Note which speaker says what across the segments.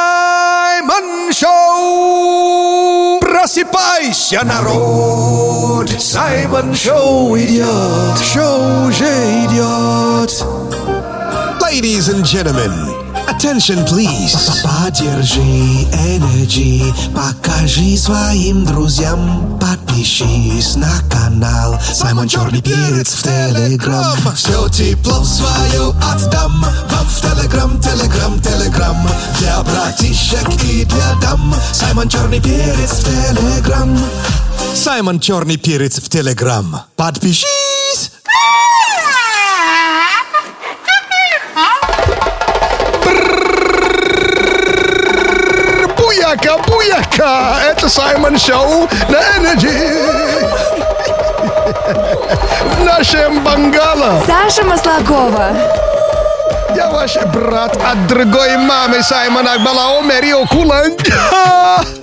Speaker 1: Саймон Шоу! Просыпайся, народ! Саймон Шоу идет! Шоу уже идет! Ladies and gentlemen, attention please!
Speaker 2: Поддержи Energy, покажи своим друзьям, подпишись на канал Саймон Черный Перец в Телеграм. Все тепло свое отдам вам в Телеграм, Телеграм, Телеграм. Для братишек и для дам Саймон Черный Перец в Телеграм.
Speaker 1: Саймон Черный Перец в Телеграм. Подпишись!
Speaker 3: Буяка, буяка! Это Саймон Шоу на Energy! В нашем бангало
Speaker 4: Саша Маслакова.
Speaker 3: я ваш брат от другой мамы Саймона Акбалао Мерио Кулан.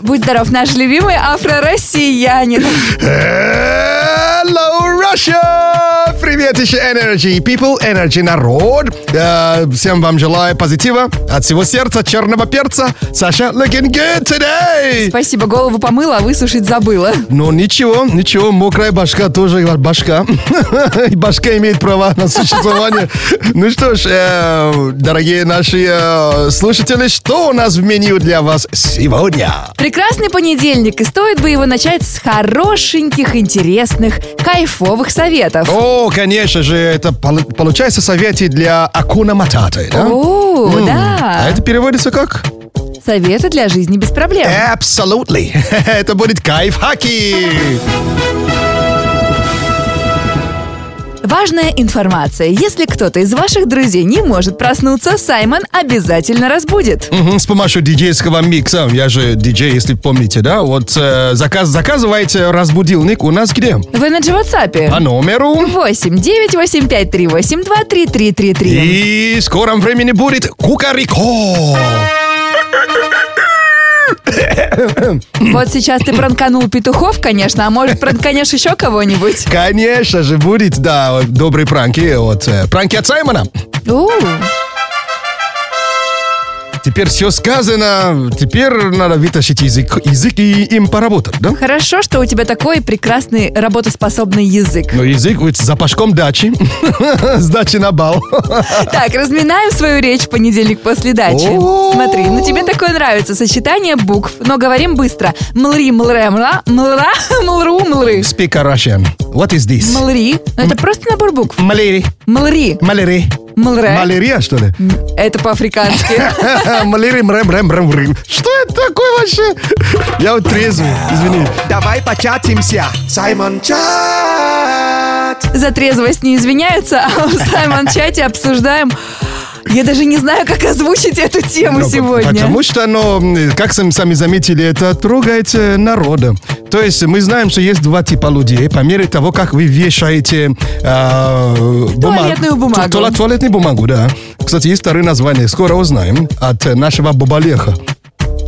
Speaker 4: Будь здоров, наш любимый афро-россиянин.
Speaker 3: Hello, Russia! Привет еще Energy People, Energy народ. Э, всем вам желаю позитива от всего сердца, черного перца. Саша, looking good today!
Speaker 4: Спасибо, голову помыла, а высушить забыла.
Speaker 3: Ну ничего, ничего, мокрая башка тоже башка. И башка имеет права на существование. Ну что ж, э, дорогие наши э, слушатели, что у нас в меню для вас сегодня?
Speaker 4: Прекрасный понедельник, и стоит бы его начать с хорошеньких, интересных, кайфовых советов.
Speaker 3: О, конечно же, это пол- получается советы для Акуна Мататы, да?
Speaker 4: О,
Speaker 3: М, А
Speaker 4: да.
Speaker 3: это переводится как?
Speaker 4: Советы для жизни без проблем.
Speaker 3: Э? Absolutely. Это будет кайф-хаки.
Speaker 4: Важная информация. Если кто-то из ваших друзей не может проснуться, Саймон обязательно разбудит.
Speaker 3: Мгм, С помощью диджейского микса. Я же диджей, если помните, да? Вот э, заказ, заказывайте разбудилник у нас где?
Speaker 4: В Energy
Speaker 3: По
Speaker 4: WhatsApp.
Speaker 3: номеру.
Speaker 4: 8 9 8 5 3 8 2 3 3 3 3.
Speaker 3: И в скором времени будет Кукарико.
Speaker 4: Вот сейчас ты пранканул петухов, конечно, а может пранканешь еще кого-нибудь.
Speaker 3: Конечно же, будет, да, добрые пранки. Вот, э, пранки от Саймона.
Speaker 4: У,
Speaker 3: Теперь все сказано. Теперь надо вытащить язык, язык и им поработать, да?
Speaker 4: Хорошо, что у тебя такой прекрасный работоспособный язык.
Speaker 3: Но язык вот с запашком дачи. С дачи на бал.
Speaker 4: Так, разминаем свою речь в понедельник после дачи.
Speaker 3: О.
Speaker 4: Смотри, ну тебе такое нравится сочетание букв, но говорим быстро. Млри, млре, мла, млра, млру, млры.
Speaker 3: Speak Russian. What is this?
Speaker 4: Млри. Ну, это просто набор букв.
Speaker 3: Малери.
Speaker 4: Млри,
Speaker 3: Малери.
Speaker 4: млре.
Speaker 3: Малярия, что ли?
Speaker 4: Это по-африкански.
Speaker 3: Малярия, мрэм, мрэм, мрэм, мрэм. Что это такое вообще? Я вот трезвый, извини.
Speaker 1: Давай початимся! Саймон Чат!
Speaker 4: За трезвость не извиняются, а в Саймон-чате обсуждаем... Я даже не знаю, как озвучить эту тему
Speaker 3: Ну,
Speaker 4: сегодня.
Speaker 3: Потому что оно, м, как сам- сами заметили, это трогает э, народа. То есть мы знаем, что есть два типа людей. По мере того, как вы вешаете э, бума-
Speaker 4: Туалетную бумагу.
Speaker 3: Ту- туала- туалетную бумагу, да. Кстати, есть второе название. Скоро узнаем от э, нашего Бабалеха.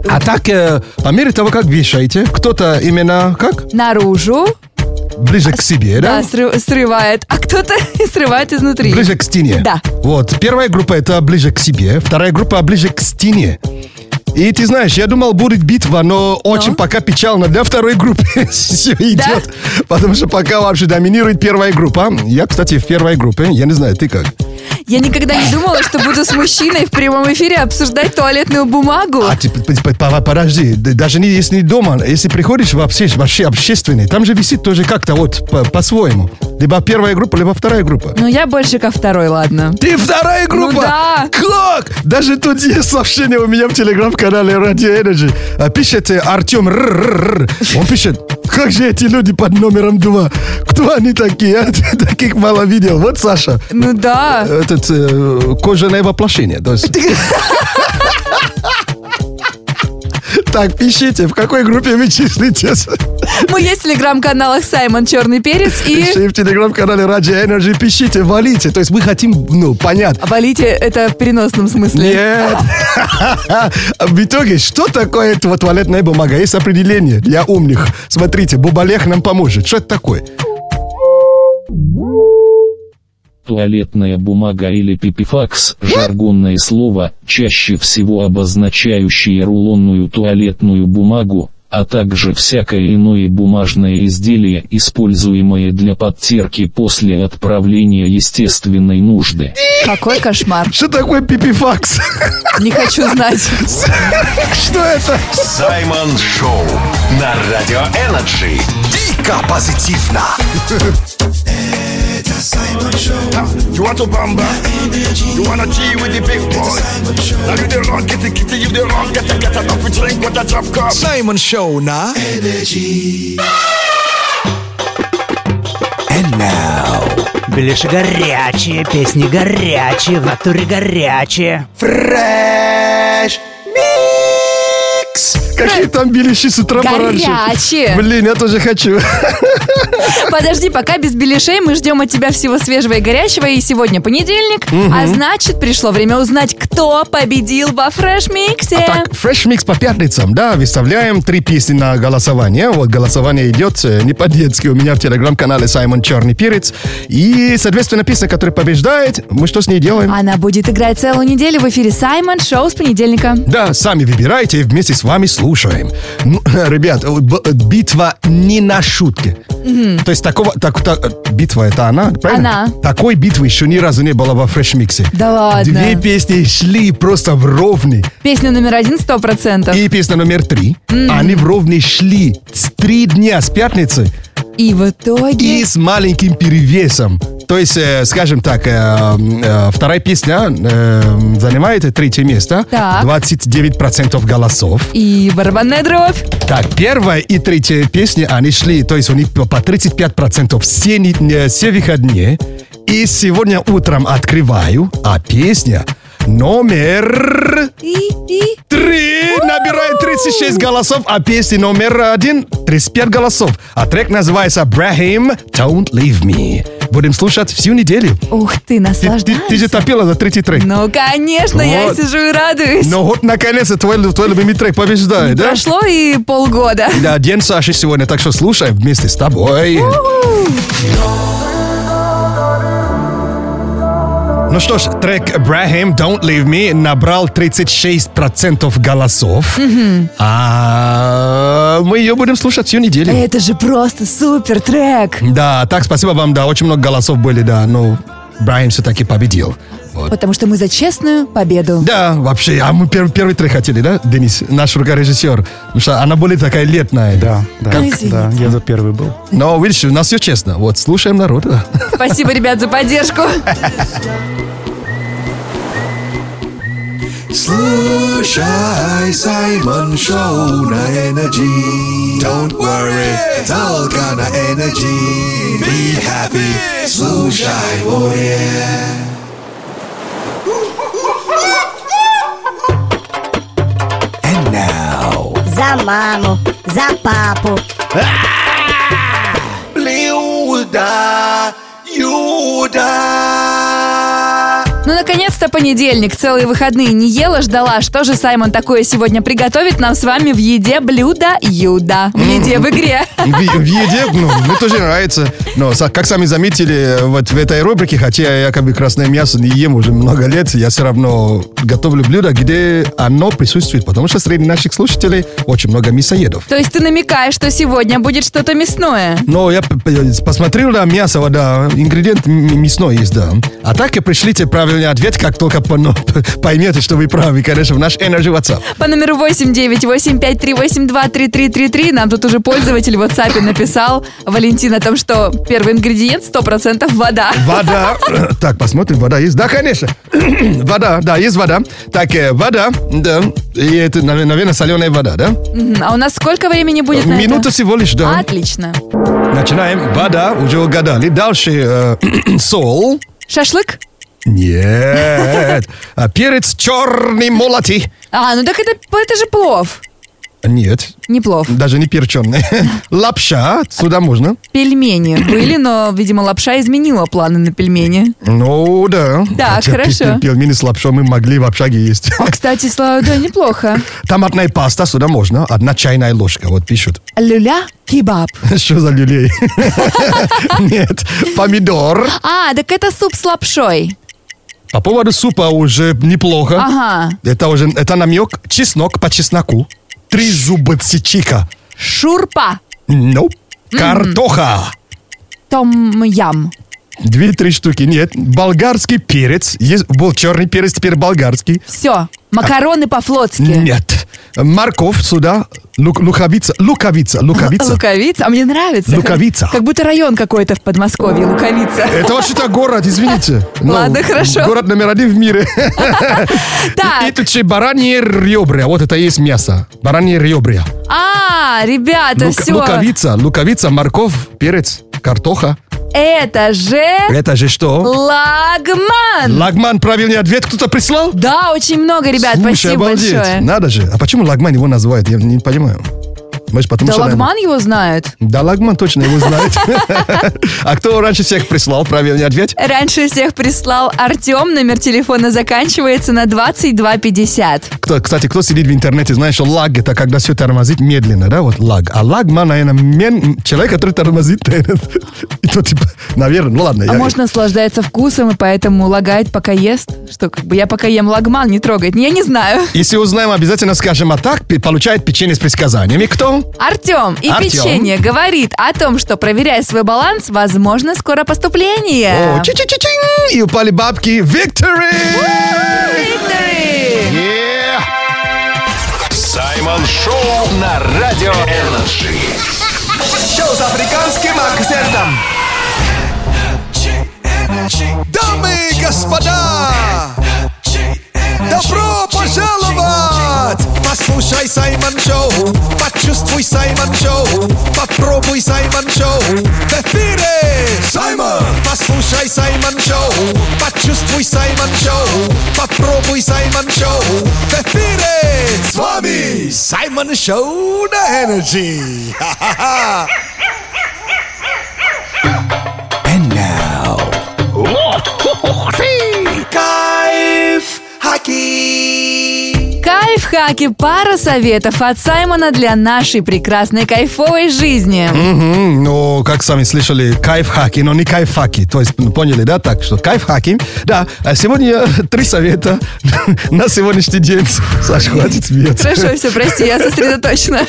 Speaker 3: А так, э, по мере того, как вешаете, кто-то именно как?
Speaker 4: Наружу,
Speaker 3: Ближе к себе, да?
Speaker 4: да, сры- срывает, а кто-то и срывает изнутри.
Speaker 3: Ближе к стене.
Speaker 4: Да.
Speaker 3: Вот. Первая группа это ближе к себе, вторая группа ближе к стене. И ты знаешь, я думал, будет битва, но очень пока печально для второй группы все идет. Потому что пока вообще доминирует первая группа. Я, кстати, в первой группе. Я не знаю, ты как?
Speaker 4: Я никогда не думала, что буду с мужчиной в прямом эфире обсуждать туалетную бумагу.
Speaker 3: А ты, п- п- п- подожди, д- даже не, если не дома, если приходишь в общественный, вообще общественный, там же висит тоже как-то вот по- по-своему. либо первая группа, либо вторая группа.
Speaker 4: Ну, я больше ко второй, ладно.
Speaker 3: Ты вторая группа?
Speaker 4: Ну да.
Speaker 3: Как? Даже тут есть сообщение у меня в телеграм-канале Radio Energy. А Пишет э, Артем Р. Р, Р. Он пишет, как же эти люди под номером два? Кто они такие? Я таких мало видел. Вот Саша.
Speaker 4: Ну да.
Speaker 3: Этот э, кожаное воплощение. то есть. Так, пишите, в какой группе вы числитесь? э.
Speaker 4: Мы есть в телеграм-каналах Саймон Черный Перец и...
Speaker 3: Пишите в телеграм-канале Radio Energy, пишите, валите. То есть мы хотим, ну, понятно.
Speaker 4: Валите, это в переносном смысле.
Speaker 3: Нет. В итоге, что такое этого туалетная бумага? Есть определение для умных. Смотрите, Бубалех нам поможет. Что это такое?
Speaker 5: Туалетная бумага или пипифакс – жаргонное слово, чаще всего обозначающее рулонную туалетную бумагу, а также всякое иное бумажное изделие, используемое для подтирки после отправления естественной нужды.
Speaker 4: Какой кошмар.
Speaker 3: Что такое пипифакс?
Speaker 4: Не хочу знать.
Speaker 3: Что это?
Speaker 6: Саймон Шоу на Радио Энерджи.
Speaker 1: Дико позитивно.
Speaker 2: Это Саймон Шоу.
Speaker 7: You want to bamba? You wanna G with the big boy? Now you the wrong, get the kitty, you the wrong, get the get enough, we drink with a drop cup.
Speaker 1: Саймон Шоу на...
Speaker 8: Ближе горячие, песни горячие, в натуре горячие.
Speaker 3: Какие там белящи с утра пораньше.
Speaker 4: Горячие.
Speaker 3: Блин, я тоже хочу.
Speaker 4: Подожди, пока без беляшей мы ждем от тебя всего свежего и горячего. И сегодня понедельник, а значит, пришло время узнать, кто победил во фреш-миксе.
Speaker 3: А Так, Fresh Mix по пятницам, да, выставляем три песни на голосование. Вот голосование идет э, не по-детски у меня в телеграм-канале Саймон Черный Перец. И, соответственно, песня, которая побеждает, мы что с ней делаем?
Speaker 4: Она будет играть целую неделю в эфире Саймон Шоу с понедельника.
Speaker 3: Да, сами выбирайте и вместе с вами слушаем. Ну, ребят, э, б- э, битва не на шутке. То есть такого... Так, так, э, битва это она, правильно?
Speaker 4: Она.
Speaker 3: Такой битвы еще ни разу не было во фреш-миксе.
Speaker 4: Да ладно.
Speaker 3: Две песни шли просто в ровный.
Speaker 4: Песня номер один сто процентов.
Speaker 3: И песня номер три. Они в ровный шли с три дня с пятницы
Speaker 4: И в итоге...
Speaker 3: и с маленьким перевесом. То есть, э, скажем так, э, э, вторая песня э, занимает третье место.
Speaker 4: Так.
Speaker 3: 29% голосов.
Speaker 4: И барабанная дробь.
Speaker 3: Так, первая и третья песни, они шли, то есть у них по по 35% все, не- не- все выходные. И сегодня утром открываю, а песня номер...
Speaker 4: И, и...
Speaker 3: Три набирает 36 голосов, а песня номер один 35 голосов. А трек называется «Брахим, Don't Leave Me». Будем слушать всю неделю.
Speaker 4: Ух ты,
Speaker 3: Ты, ты- ты же
Speaker 4: наслаждайся.
Speaker 3: топила за третий трек.
Speaker 4: Ну, конечно, я
Speaker 3: Вот.
Speaker 4: сижу и радуюсь.
Speaker 3: Но вот наконец-то твой, лю- твой любимый трек побеждает, да?
Speaker 4: Ну, Прошло и полгода.
Speaker 3: Да, день Саши сегодня, так что слушай вместе с тобой. Ну что ж, трек Брахим Don't Leave Me набрал 36% голосов. А мы ее будем слушать всю неделю.
Speaker 4: Это же просто супер трек.
Speaker 3: Да, так, спасибо вам, да, очень много голосов были, да, но Брайан все-таки победил. Вот.
Speaker 4: Потому что мы за честную победу.
Speaker 3: Да, вообще, а мы пер- первый трек хотели, да, Денис, наш рукорежиссер? Потому что она более такая летная.
Speaker 9: Да, А, да,
Speaker 4: Ну, извините.
Speaker 9: да, я за первый был.
Speaker 3: Но, видишь, у нас все честно. Вот, слушаем народа.
Speaker 4: Спасибо, ребят, за поддержку.
Speaker 2: Слушай Саймон Шоу на Energy. Don't worry, только на Energy. Be happy, слушай море.
Speaker 10: За маму, за папу.
Speaker 2: Блюда, юда.
Speaker 4: Ну, наконец-то понедельник. Целые выходные не ела, ждала, что же Саймон такое сегодня приготовит нам с вами в еде блюдо Юда. В еде, в игре.
Speaker 3: В, в еде, ну, мне тоже нравится. Но, са- как сами заметили, э, вот в этой рубрике, хотя я якобы красное мясо не ем уже много лет, я все равно готовлю блюдо, где оно присутствует, потому что среди наших слушателей очень много мясоедов.
Speaker 4: То есть ты намекаешь, что сегодня будет что-то мясное?
Speaker 3: Но я п- п- посмотрел, да, мясо, да, ингредиент м- мясной есть, да. А так и пришлите правильный ответ, как только по- ну, поймете, что вы правы, конечно, в наш Energy WhatsApp.
Speaker 4: По номеру 89853823333 нам тут уже пользователь в WhatsApp написал, Валентин, о том, что первый ингредиент 100% вода.
Speaker 3: Вода. Так, посмотрим, вода есть. Да, конечно. Вода, да, есть вода. Так, э, вода, да. И это, наверное, соленая вода, да?
Speaker 4: Мгм. А у нас сколько времени будет на это?
Speaker 3: Минута всего лишь, да.
Speaker 4: Отлично.
Speaker 3: Начинаем. Вода, уже угадали. Дальше э, сол.
Speaker 4: Шашлык?
Speaker 3: Нет. А перец черный молотый.
Speaker 4: А, ну так это, это же плов.
Speaker 3: Нет,
Speaker 4: Не плов.
Speaker 3: даже не перченый. Лапша, сюда можно.
Speaker 4: Пельмени были, но, видимо, лапша изменила планы на пельмени.
Speaker 3: Ну, да.
Speaker 4: Так,
Speaker 3: Хотя
Speaker 4: хорошо.
Speaker 3: пе- пе- Пельмени с лапшой мы могли в общаге есть.
Speaker 4: А, кстати, слава, да, неплохо.
Speaker 3: Томатная паста сюда можно. Одна чайная ложка, вот пишут.
Speaker 4: Люля кебаб.
Speaker 3: Что за люлей? Нет, помидор.
Speaker 4: А, так это суп с лапшой.
Speaker 3: По поводу супа уже неплохо.
Speaker 4: Ага.
Speaker 3: Это уже, это намек. Чеснок по чесноку. Три зуба чика.
Speaker 4: Шурпа.
Speaker 3: Ну, картоха.
Speaker 4: Том-ям.
Speaker 3: Две-три штуки, нет. Болгарский перец. Есть, был черный перец, теперь болгарский.
Speaker 4: Все. Макароны по-флотски.
Speaker 3: Нет. Морковь сюда. Лук- луковица. Луковица. Луковица.
Speaker 4: Луковица. А мне нравится.
Speaker 3: Луковица.
Speaker 4: Как, как будто район какой-то в Подмосковье. Луковица.
Speaker 3: Это вообще-то город, извините. Ну,
Speaker 4: Ладно, хорошо.
Speaker 3: Город номер один в мире. И Э,
Speaker 4: Так.
Speaker 3: тут еще бараньи ребра. Вот это и есть мясо. Бараньи ребра.
Speaker 4: А, ребята,
Speaker 3: Лук-
Speaker 4: все.
Speaker 3: Луковица, луковица, морковь, перец, картоха.
Speaker 4: Это же
Speaker 3: Это же что?
Speaker 4: лагман.
Speaker 3: Лагман правильный ответ кто-то прислал?
Speaker 4: Да, очень много, ребят.
Speaker 3: Слушай,
Speaker 4: Спасибо
Speaker 3: обалдеть.
Speaker 4: большое.
Speaker 3: Надо же. А почему Лагман его называют? Я не понимаю. Может, потому
Speaker 4: Да
Speaker 3: что... наверное,
Speaker 4: лагман его знает.
Speaker 3: Да, Лагман точно его знает. А кто раньше всех прислал правильный ответ?
Speaker 4: Раньше всех прислал Артем. Номер телефона заканчивается на 2250.
Speaker 3: Кто, кстати, кто сидит в интернете, знает, что лаг это когда все тормозит медленно, да, вот лаг. А лагман, наверное, мен- человек, который тормозит, наверное, и то, типа, наверное, ну ладно. я-
Speaker 4: А может, наслаждается вкусом и поэтому лагает, пока ест? Что, как бы я пока ем лагман, не трогает. Я не знаю.
Speaker 3: Если узнаем, обязательно скажем, а так пи- получает печенье с предсказаниями. Кто?
Speaker 4: Артем и
Speaker 3: Артем.
Speaker 4: печенье говорит о том, что проверяя свой баланс, возможно скоро поступление.
Speaker 3: О, чи-чи-чи-чин! И упали бабки. Victory!
Speaker 4: Виктори!
Speaker 3: Yeah!
Speaker 6: Саймон Шоу на Радио Энерджи.
Speaker 1: Шоу с африканским акцентом. Дамы и господа, добро пожаловать! Послушай Саймон Шоу, почувствуй Саймон Шоу, попробуй Саймон Шоу. В эфире Саймон! Послушай Саймон Шоу, почувствуй Саймон Шоу, попробуй Саймон Шоу. В эфире с вами Саймон Шоу на Энерджи. Ха-ха-ха! Кайф Хаки!
Speaker 4: Кайф, хаки, пара советов от Саймона для нашей прекрасной кайфовой жизни.
Speaker 3: Мгм, ну, как сами слышали, кайфхаки, но не кайфхаки. То есть, ну, поняли, да, так что кайфхаки. Да, а сегодня три совета на сегодняшний день. Саш, хватит смеяться.
Speaker 4: Хорошо, все, прости, я сосредоточена.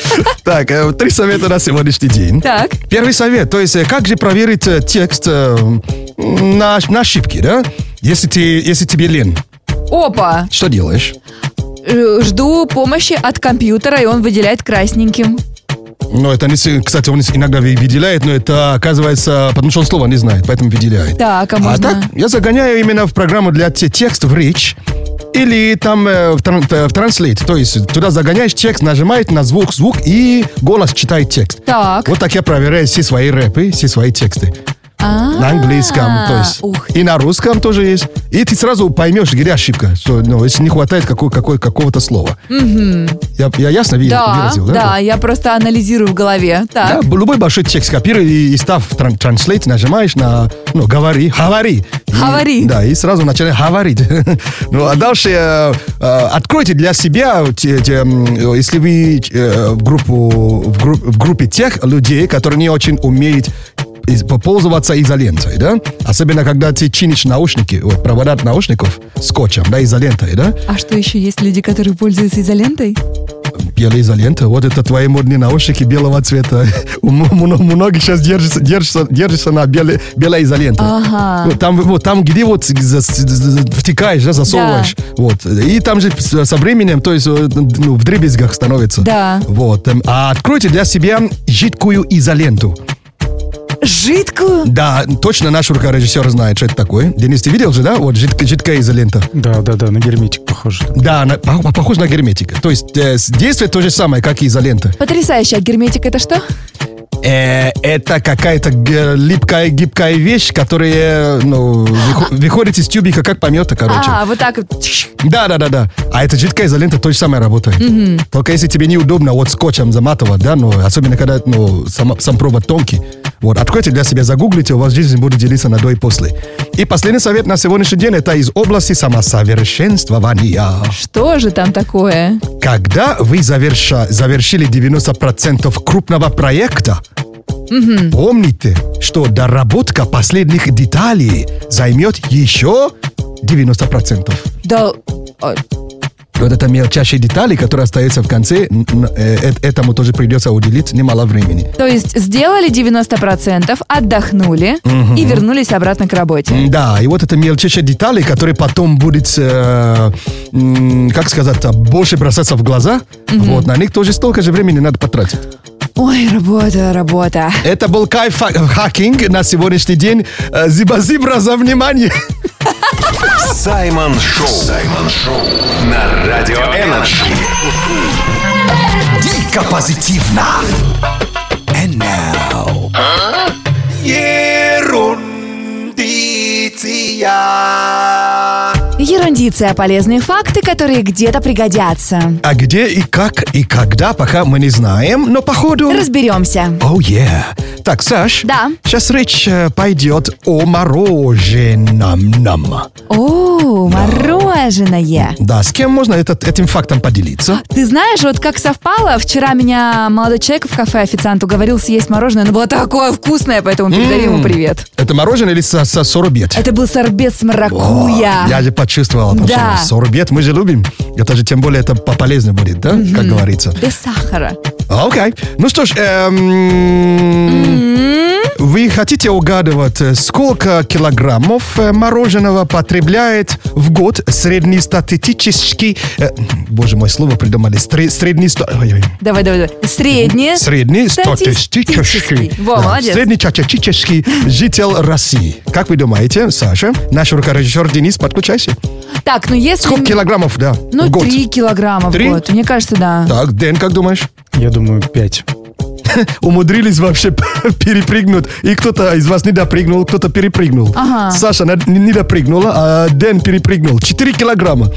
Speaker 3: Так, э, три совета на сегодняшний день.
Speaker 4: Так.
Speaker 3: Первый совет, то есть э, как же проверить э, текст э, на, на ошибки, да? Если, ты, если тебе лень,
Speaker 4: Опа,
Speaker 3: что делаешь?
Speaker 4: Э, жду помощи от компьютера, и он выделяет красненьким.
Speaker 3: Ну, это, не с- кстати, он иногда ви- выделяет, но это оказывается, потому что он слова не знает, поэтому выделяет.
Speaker 4: Так, а можно?
Speaker 3: так, я загоняю именно в программу для те- текст в речь или там э, в, тран- э, в Translate. То есть туда загоняешь текст, нажимает на звук, звук и голос читает текст.
Speaker 4: Так.
Speaker 3: Вот так я проверяю все свои рэпы, все свои тексты. На английском, то есть.
Speaker 4: А. Ух,
Speaker 3: И на русском тоже есть. И ты сразу поймешь, где ошибка. Что, ну, если не хватает какой, какой, какого-то слова. Я, я ясно ви-
Speaker 4: да,
Speaker 3: выразил, да?
Speaker 4: да, я просто анализирую в голове.
Speaker 3: Да,
Speaker 4: Так.
Speaker 3: б- любой большой текст копируй и, и став в тран- транслейт, нажимаешь на, ну, говори, говори. И-
Speaker 4: Говори.
Speaker 3: да, и сразу начинай говорить. ну, а дальше э, э, откройте для себя, те- те, м, э, если вы э, в, группу, в, гру- в группе тех людей, которые не очень умеют из- пользоваться изолентой, да? Особенно, когда ты чинишь наушники, вот, провода от наушников скотчем, да, изолентой, да?
Speaker 4: А что еще есть люди, которые пользуются изолентой?
Speaker 3: белая изолента. Вот это твои модные наушники белого цвета. У м- мно- Многих сейчас держится, держится, держится на белой, белой изоленте.
Speaker 4: Ага.
Speaker 3: Вот там, вот там, где вот за- за- за- втекаешь, да, засовываешь. Вот. И там же с- со временем, то есть э, ну, в дребезгах становится.
Speaker 4: Да.
Speaker 3: Вот. Эм, А откройте для себя жидкую изоленту.
Speaker 4: Жидкую?
Speaker 3: Да, точно наш рукорежиссер знает, что это такое. Денис, ты видел же, да? Вот жидкая, жидкая изолента.
Speaker 9: Да, да, да, на герметик похоже.
Speaker 3: Да, она пох- похожа на герметика. То есть э, с- действие то же самое, как и изолента.
Speaker 4: Потрясающе. А герметик это что?
Speaker 3: э, это какая-то г- липкая, гибкая вещь, которая, ну, выхо- выходит из тюбика, как помета, короче.
Speaker 4: А, вот так вот. Тш.
Speaker 3: Да, да, да, да. А эта жидкая изолента то же самое работает. Только если тебе неудобно вот скотчем заматывать, да, ну, особенно когда, ну, сам, сам провод тонкий. Вот, откройте для себя, загуглите, у вас жизнь будет делиться на до и после. И последний совет на сегодняшний день, это из области самосовершенствования.
Speaker 4: Что же там такое?
Speaker 3: Когда вы заверша- завершили 90% крупного проекта, помните, что доработка последних деталей займет еще 90%.
Speaker 4: Да, а,
Speaker 3: Вот это мелчайшие детали, которые остаются в конце, н- н- э, э- этому тоже придется уделить немало времени.
Speaker 4: то есть сделали 90%, отдохнули и вернулись обратно к работе.
Speaker 3: М, Да, и вот это мелчайшие детали, которые потом будет, э, м, как сказать, а, больше бросаться в глаза, вот, на них тоже столько же времени надо потратить.
Speaker 4: Ой, работа, работа.
Speaker 3: Это был кайф хакинг на сегодняшний день. Э, Зиба-зибра за внимание.
Speaker 6: Саймон Шоу. Саймон Шоу. На Радио Энерджи.
Speaker 2: Дико позитивно. And now. Ерундиция.
Speaker 4: Ерундиция, полезные факты, которые где-то пригодятся.
Speaker 3: А где и как и когда, пока мы не знаем, но походу...
Speaker 4: Разберемся.
Speaker 3: Оу, yeah. Так, Саш.
Speaker 4: Да.
Speaker 3: Сейчас речь э, пойдет о мороженом.
Speaker 4: О, мороженое.
Speaker 3: Да, с кем можно этот, этим фактом поделиться?
Speaker 4: Ты знаешь, вот как совпало, вчера меня молодой человек в кафе официант уговорил съесть мороженое, но было такое вкусное, поэтому передаю ему привет.
Speaker 3: Это мороженое или со, со сорбет?
Speaker 4: Это был сорбет с
Speaker 3: О,
Speaker 4: маракуя.
Speaker 3: Я же почувствовал, потому
Speaker 4: Да.
Speaker 3: что сорбет мы же любим. Это же тем более это по- полезно будет, да, как говорится.
Speaker 4: Без сахара.
Speaker 3: Окей. Ну что ж, эм, вы хотите угадывать, э, сколько килограммов э, мороженого потребляет в год среднестатистический... э, боже мой, слово придумали. Стре- среднеста- ой-ой.
Speaker 4: Давай, давай, давай. Среднее.
Speaker 3: Среднестатистический.
Speaker 4: Во,
Speaker 3: да,
Speaker 4: молодец.
Speaker 3: Среднестатистический житель России. Как вы думаете, Саша? Наш рукорежиссер Денис, подключайся.
Speaker 4: Так, ну если...
Speaker 3: Сколько килограммов, да, в
Speaker 4: Ну,
Speaker 3: год?
Speaker 4: 3 килограмма в
Speaker 3: Три?
Speaker 4: год. Мне кажется, да.
Speaker 3: Так, Дэн, как думаешь?
Speaker 9: Я думаю, пять.
Speaker 3: умудрились вообще перепрыгнуть. И кто-то из вас не допрыгнул, кто-то перепрыгнул.
Speaker 4: Ага.
Speaker 3: Саша на- не, не допрыгнула, а Дэн перепрыгнул. 4 килограмма.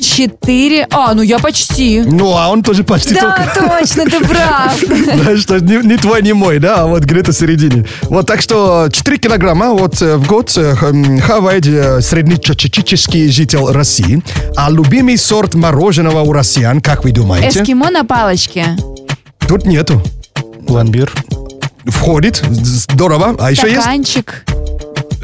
Speaker 4: 4... А, ну я почти.
Speaker 3: Ну, а он тоже почти
Speaker 4: Да,
Speaker 3: только...
Speaker 4: точно, ты прав.
Speaker 3: Да, что ж, не, не твой, не мой, да, а вот где-то в середине. Вот так что 4 килограмма вот э, в год э, х- м, хавает э, среднечечеческий житель России. А любимый сорт мороженого у россиян, как вы думаете?
Speaker 4: Эскимо на палочке.
Speaker 3: Тут нету.
Speaker 9: Пломбир.
Speaker 3: Входит, здорово. А еще есть?
Speaker 4: Стаканчик.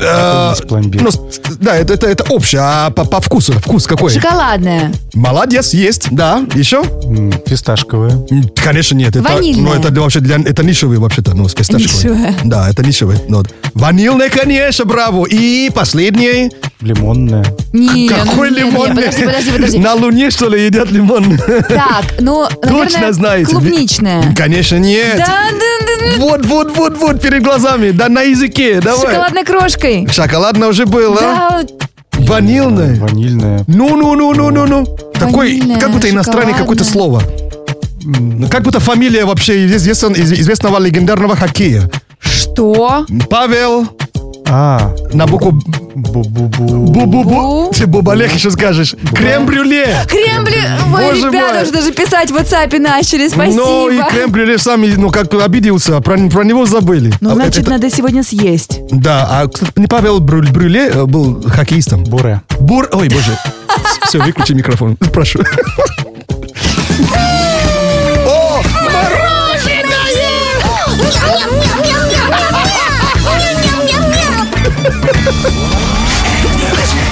Speaker 3: Э,
Speaker 9: Какой-нибудь пломбир.
Speaker 3: Ну, с- да, это, это, это общее, а по, по вкусу, вкус какой?
Speaker 4: Шоколадное.
Speaker 3: Молодец, есть, да. Еще?
Speaker 9: М, Фисташковое.
Speaker 3: М, Конечно, нет. Это,
Speaker 4: Ванильное.
Speaker 3: Ну, это для- вообще для... Это нишевые вообще-то, ну, с писташковой.
Speaker 4: Нишевые.
Speaker 3: Да, это нишевые. Ну, вот. Ванильное, конечно, браво. И последнее.
Speaker 9: Лимонное.
Speaker 4: Не,
Speaker 3: А Какой
Speaker 4: ну, не, не,
Speaker 3: лимонный?
Speaker 4: подожди, подожди, подожди.
Speaker 3: На Луне, что ли, едят лимон?
Speaker 4: Так, ну, наверное,
Speaker 3: Точно знаете.
Speaker 4: клубничное.
Speaker 3: Конечно, нет.
Speaker 4: Э. Да, да, да, да.
Speaker 3: Вот, вот, вот, вот, перед глазами. Да на языке,
Speaker 4: С
Speaker 3: давай.
Speaker 4: шоколадной крошкой.
Speaker 3: Шоколадное уже было.
Speaker 4: Да,
Speaker 3: Ванильное.
Speaker 9: Ванильное.
Speaker 3: Ну, ну, ну, ну, ну, ну. Такой,
Speaker 4: Ванильное,
Speaker 3: как будто иностранный
Speaker 4: шоколадное.
Speaker 3: какое-то слово. Ну, Как будто фамилия вообще известен- из- известного легендарного хоккея.
Speaker 4: что?
Speaker 3: Павел
Speaker 9: А.
Speaker 3: на букву
Speaker 9: Бу-бу-бу.
Speaker 3: Бу-бу-бу.
Speaker 4: Бу.
Speaker 3: Ты Бубалех еще скажешь. Крем-брюле.
Speaker 4: Крембли, ой,
Speaker 3: Боже мой.
Speaker 4: ребята, уже даже писать в WhatsApp начали, спасибо.
Speaker 3: Ну и крем-брюле сам, ну как обиделся, про, про него забыли.
Speaker 4: Ну,
Speaker 3: А,
Speaker 4: значит,
Speaker 3: это-
Speaker 4: надо сегодня съесть.
Speaker 3: Да, а кстати, не Павел Брю- Брюле э, был хоккеистом.
Speaker 9: Буре.
Speaker 3: Бур... Ой, боже. Все, выключи микрофон. Прошу. О,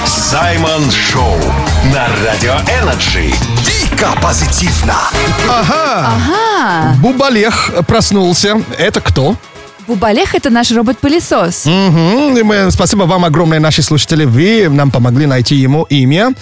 Speaker 6: Саймон Шоу. На Радио Энерджи.
Speaker 2: Дико позитивно.
Speaker 3: Ага.
Speaker 4: А.
Speaker 3: Бубалех проснулся. Это кто?
Speaker 4: Бубалех это наш робот-пылесос.
Speaker 3: Мгм. И мы- спасибо вам огромное, наши слушатели. Вы нам помогли найти ему имя.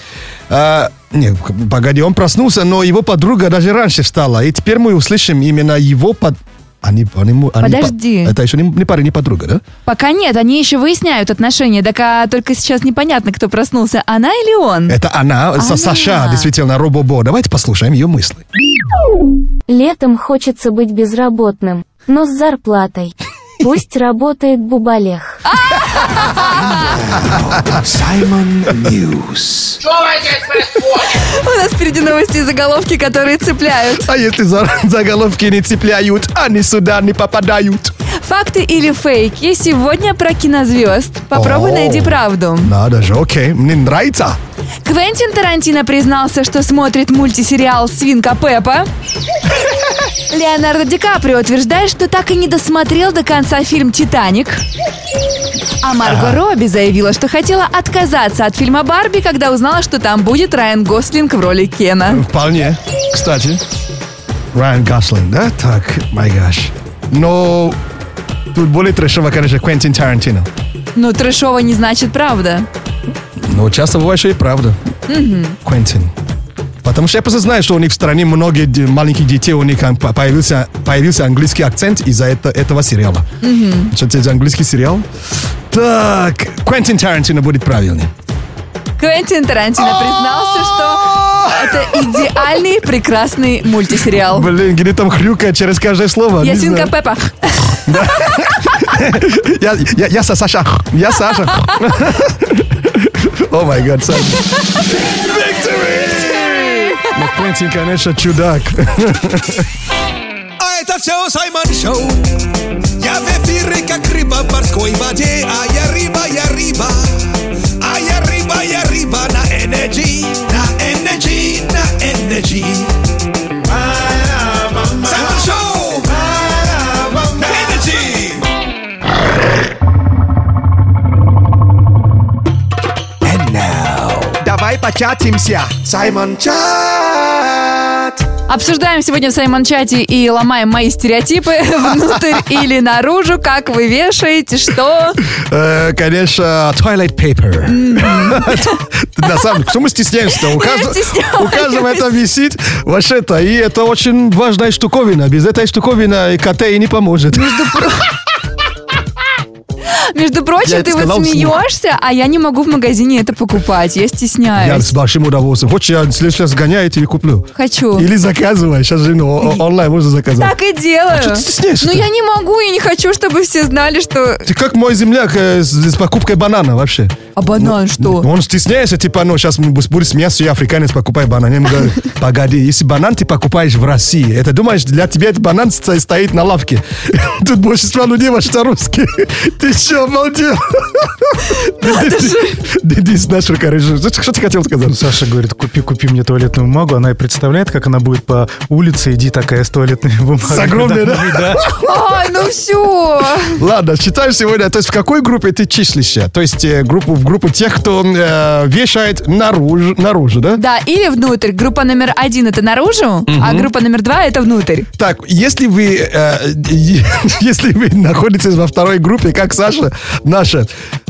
Speaker 3: А, не, погоди, он проснулся, но его подруга даже раньше встала. И теперь мы услышим именно его под... Они, они му- они по-
Speaker 4: Подожди.
Speaker 3: Это еще не, не парень, не подруга, да?
Speaker 4: Пока нет, они еще выясняют отношения, так а только сейчас непонятно, кто проснулся, она или он.
Speaker 3: Это она, Са-
Speaker 4: Она.
Speaker 3: Саша, действительно, робобо. Давайте послушаем ее мысли.
Speaker 11: Летом хочется быть безработным. но с зарплатой. Пусть работает Бубалех.
Speaker 2: Саймон Ньюс.
Speaker 4: У нас впереди новости и заголовки, которые цепляют.
Speaker 3: А если за- заголовки не цепляют, они сюда не попадают.
Speaker 4: Факты или фейки сегодня про кинозвезд. Попробуй
Speaker 3: О.
Speaker 4: найди правду.
Speaker 3: Надо же, окей, мне нравится.
Speaker 4: Квентин Тарантино признался, что смотрит мультисериал «Свинка Пеппа». Леонардо Ди Каприо утверждает, что так и не досмотрел до конца фильм «Титаник». А Марго Робби заявила, что хотела отказаться от фильма «Барби», когда узнала, что там будет Райан Гослинг в роли Кена.
Speaker 3: Вполне. Кстати, Райан Гаслинг, да? Так, my gosh. Но тут более трэшово, конечно, Квентин Тарантино.
Speaker 4: Но трешово не значит правда.
Speaker 3: Но Ну, часто бывает, что и правда. Квентин. Потому что я просто знаю, что у них в стране многие де- маленьких детей, у них ан- по- появился, появился английский акцент из-за это- этого сериала.
Speaker 2: Мгм.
Speaker 3: Что это за английский сериал? Так, Квентин Тарантино будет правильный.
Speaker 4: Квентин Тарантино признался, что это идеальный, прекрасный мультисериал.
Speaker 3: Блин, где там хрюкает через каждое слово?
Speaker 4: Я
Speaker 3: Не
Speaker 4: свинка
Speaker 3: знаю.
Speaker 4: Пеппа.
Speaker 3: Я, я, я Са- Саша. Я Саша. О май гад, Саша. Но Квентин, Ну, конечно, чудак.
Speaker 1: А это все Саймон Шоу. Я в эфире, как рыба в морской воде. А я рыба, я рыба. А я рыба, я рыба на энергии. На энергии, на энергии. Саймон Шоу. На энергии.
Speaker 2: Давай початимся. Саймон Чат.
Speaker 4: Обсуждаем сегодня в Саймон-чате и ломаем мои стереотипы внутрь или наружу, как вы вешаете, что.
Speaker 3: Э, Конечно, Twilight Paper. На самом деле, что мы стесняемся-то? У каждого-
Speaker 4: стесняюсь.
Speaker 3: у каждого это висит. Вообще-то, и это очень важная штуковина. Без этой штуковины и КТ и не поможет.
Speaker 4: Между прочим,
Speaker 3: Я это
Speaker 4: ты вот
Speaker 3: сказал вслух.
Speaker 4: смеешься, а я не могу в магазине это покупать. Я
Speaker 3: Я
Speaker 4: стесняюсь.
Speaker 3: с большим удовольствием. Хочешь, я в следующий раз сгоняю и тебе куплю?
Speaker 4: Хочу.
Speaker 3: Или заказывай. Сейчас же ну, о- онлайн можно заказать.
Speaker 4: Так и делаю.
Speaker 3: А что ты стесняешься-то?
Speaker 4: Ну я не могу, я не хочу, чтобы все знали, что...
Speaker 3: Ты Типа, как мой земляк э, с, с покупкой банана вообще.
Speaker 4: А банан что?
Speaker 3: Он стесняется, типа, ну, сейчас будет смеяться, я африканец, покупай банан. Я ему говорю, погоди, если банан ты покупаешь в России, это думаешь, для тебя этот банан сто- стоит на лавке? Тут большинство людей вообще русские. Ты что, обалдел? Дидис, наш рукорежим. Что ты хотел сказать?
Speaker 9: Саша говорит, купи, купи мне туалетную бумагу. Она и представляет, как она будет по улице иди такая с туалетной бумагой.
Speaker 3: С огромной, да?
Speaker 9: домой,
Speaker 4: Ой, ну все.
Speaker 3: Ладно, считаем сегодня, то есть в какой группе ты числишься? То есть э, группу, в группу тех, кто э, вешает наружу, наружу, да?
Speaker 4: Да, или внутрь. Группа номер один это наружу, а
Speaker 3: Мгм.
Speaker 4: группа номер два это внутрь.
Speaker 3: Так, если вы, э, е- если вы находитесь во второй группе, как Саша наша,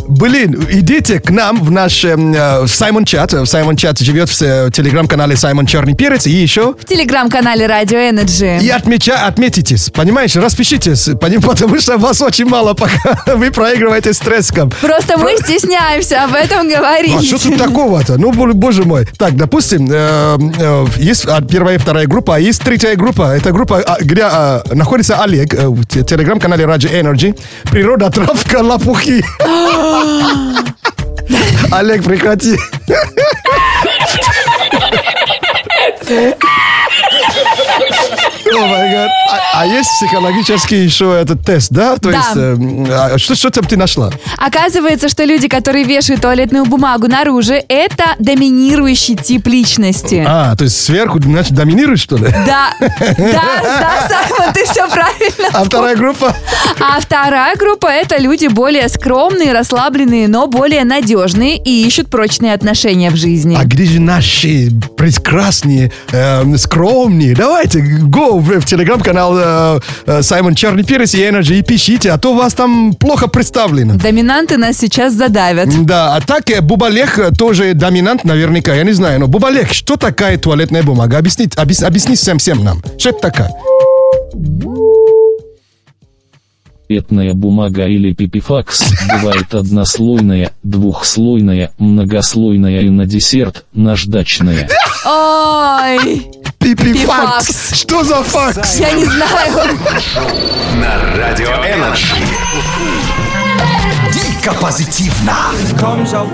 Speaker 3: блин, идите к нам в наш эм, э, в Саймон Чат. В Саймон Чат живет в э, телеграм-канале Саймон Черный Перец. И еще
Speaker 4: В телеграм-канале Радио Energy.
Speaker 3: и отмеча, отметитесь, понимаешь, распишитесь, пони- потому что вас очень мало, пока вы проигрываете с треском.
Speaker 4: Просто мы стесняемся об этом говорить.
Speaker 3: А что тут такого-то? Ну, бо- боже мой. Так, допустим, э, э, есть а, первая и вторая группа, а есть третья группа. Это группа, а, где а, находится Олег э, в те- телеграм-канале Radio Energy. Природа, травка, лопухи. Олег, прекрати. О май гад. А- А есть психологический еще этот тест, да? То
Speaker 4: Да.
Speaker 3: есть, э, м, а что, что там ты нашла?
Speaker 4: Оказывается, что люди, которые вешают туалетную бумагу наружу, это доминирующий тип личности.
Speaker 3: А, то есть сверху, значит, доминируешь, что ли?
Speaker 4: Да, да, да, Саймон, ты все правильно.
Speaker 3: А вторая группа?
Speaker 4: А вторая группа это люди более скромные, расслабленные, но более надежные и ищут прочные отношения в жизни.
Speaker 3: А где же наши прекрасные, эм, скромные? Давайте, go в, в телеграм-канал э, э, Саймон Черный Перец и Energy и пишите, а то вас там плохо представлено.
Speaker 4: Доминанты нас сейчас задавят.
Speaker 3: Да, а так э, Бубалех э, тоже доминант наверняка, я не знаю. Но Бубалех, что такая туалетная бумага? Объясни, объяс- объясни всем, всем нам. Что это такое?
Speaker 5: Туалетная бумага или пипифакс бывает однослойная, двухслойная, многослойная и на десерт наждачная.
Speaker 4: Ой!
Speaker 3: Пипифакс. факс? Что за факс?
Speaker 4: Я не знаю.
Speaker 6: На радио Энерджи. Дико позитивно.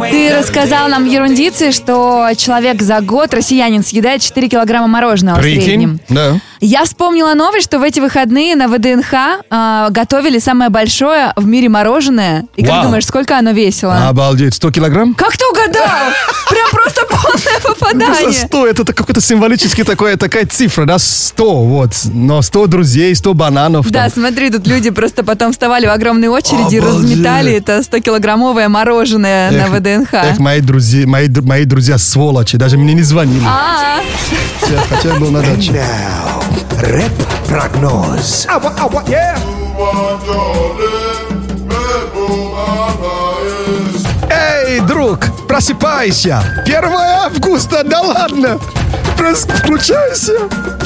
Speaker 4: Ты рассказал нам в ерундице, что человек за год, россиянин, съедает 4 килограмма мороженого в среднем.
Speaker 3: Да.
Speaker 4: Я вспомнила новость, что в эти выходные на ВДНХ э, готовили самое большое в мире мороженое. И как
Speaker 3: Вау. А.
Speaker 4: думаешь, сколько оно весело?
Speaker 3: Обалдеть, 100 килограмм?
Speaker 4: Как ты угадал? Прям просто полное
Speaker 3: Ну, За
Speaker 4: попадание.
Speaker 3: 100, это так- какой-то символический такой, такая цифра, да, 100, вот. Но 100 друзей, 100 бананов.
Speaker 4: Да,
Speaker 3: там.
Speaker 4: смотри, тут люди просто потом вставали в огромные очереди и
Speaker 3: Обалдеть.
Speaker 4: разметали это 100-килограммовое мороженое на
Speaker 3: Эх,
Speaker 4: ВДНХ.
Speaker 3: Эх, мои, друзья, мои, дру- мои друзья сволочи, даже мне не звонили.
Speaker 4: А,
Speaker 3: Хотя- Хотя я был на даче.
Speaker 2: Прогноз.
Speaker 3: Эй, друг, просыпайся. 1 августа, да ладно. Прос- Включайся. 1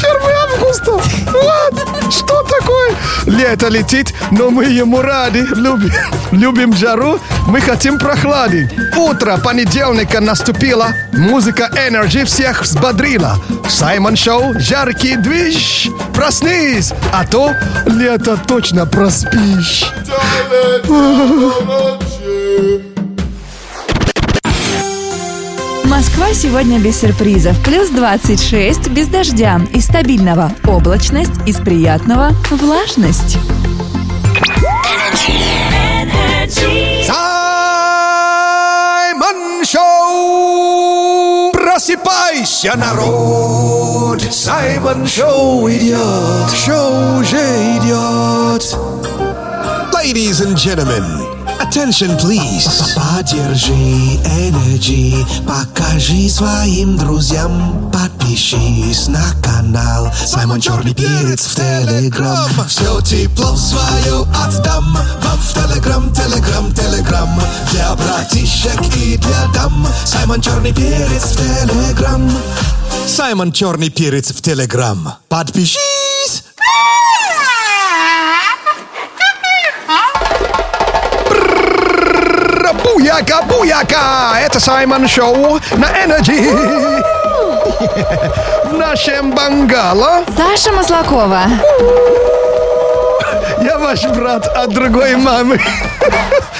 Speaker 3: августа. Вот, что такое? Лето летит, но мы ему рады. Любим, любим жару, мы хотим прохлады. Утро понедельника наступило. Музыка Energy всех взбодрила. Саймон Шоу, жаркий движ. Проснись, а то лето точно проспишь.
Speaker 4: Москва сегодня без сюрпризов. Плюс 26, без дождя. Из стабильного облачность, из приятного влажность.
Speaker 1: Саймон Шоу! Просыпайся, народ! Саймон Шоу идет! Шоу уже идет!
Speaker 2: Ladies and gentlemen, attention please. Поддержи Energy, покажи своим друзьям, подпишись на канал. Саймон Черный Перец в Телеграм. Все тепло свое отдам вам в Телеграм, Телеграм, Телеграм. Для братишек и для дам. Саймон Черный Перец в Телеграм. Саймон Черный Перец в Телеграм. Подпишись!
Speaker 3: Буяка, буяка! Это Саймон Шоу на Энерджи. В нашем бангало
Speaker 4: Саша Маслакова.
Speaker 3: я ваш брат от другой мамы.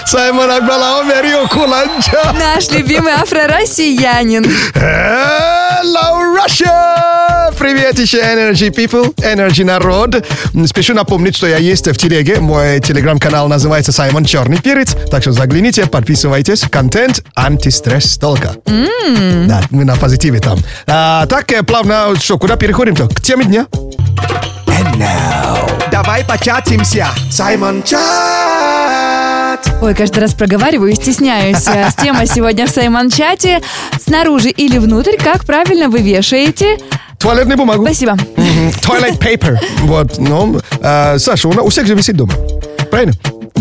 Speaker 3: Саймон Акбала Омерио Куланча.
Speaker 4: Наш любимый афро-россиянин.
Speaker 3: Hello, Russia! Привет еще, Energy People, Energy народ. М, Спешу напомнить, что я есть в телеге. Мой телеграм-канал называется Саймон Черный Перец. Так что загляните, подписывайтесь. Контент антистресс только. Да, мы на позитиве там. А, так, э, плавно, что, куда переходим-то? К теме дня.
Speaker 1: Давай початимся! Саймон Чат!
Speaker 4: Ой, каждый раз проговариваю и стесняюсь. Э, С темой сегодня в Саймон-чате. Снаружи или внутрь, как правильно вы вешаете?
Speaker 3: Туалетную бумагу.
Speaker 4: Спасибо.
Speaker 3: Мгм. Toilet paper. Вот, ну, э, Саша, у, на- у всех же висит дома. Правильно?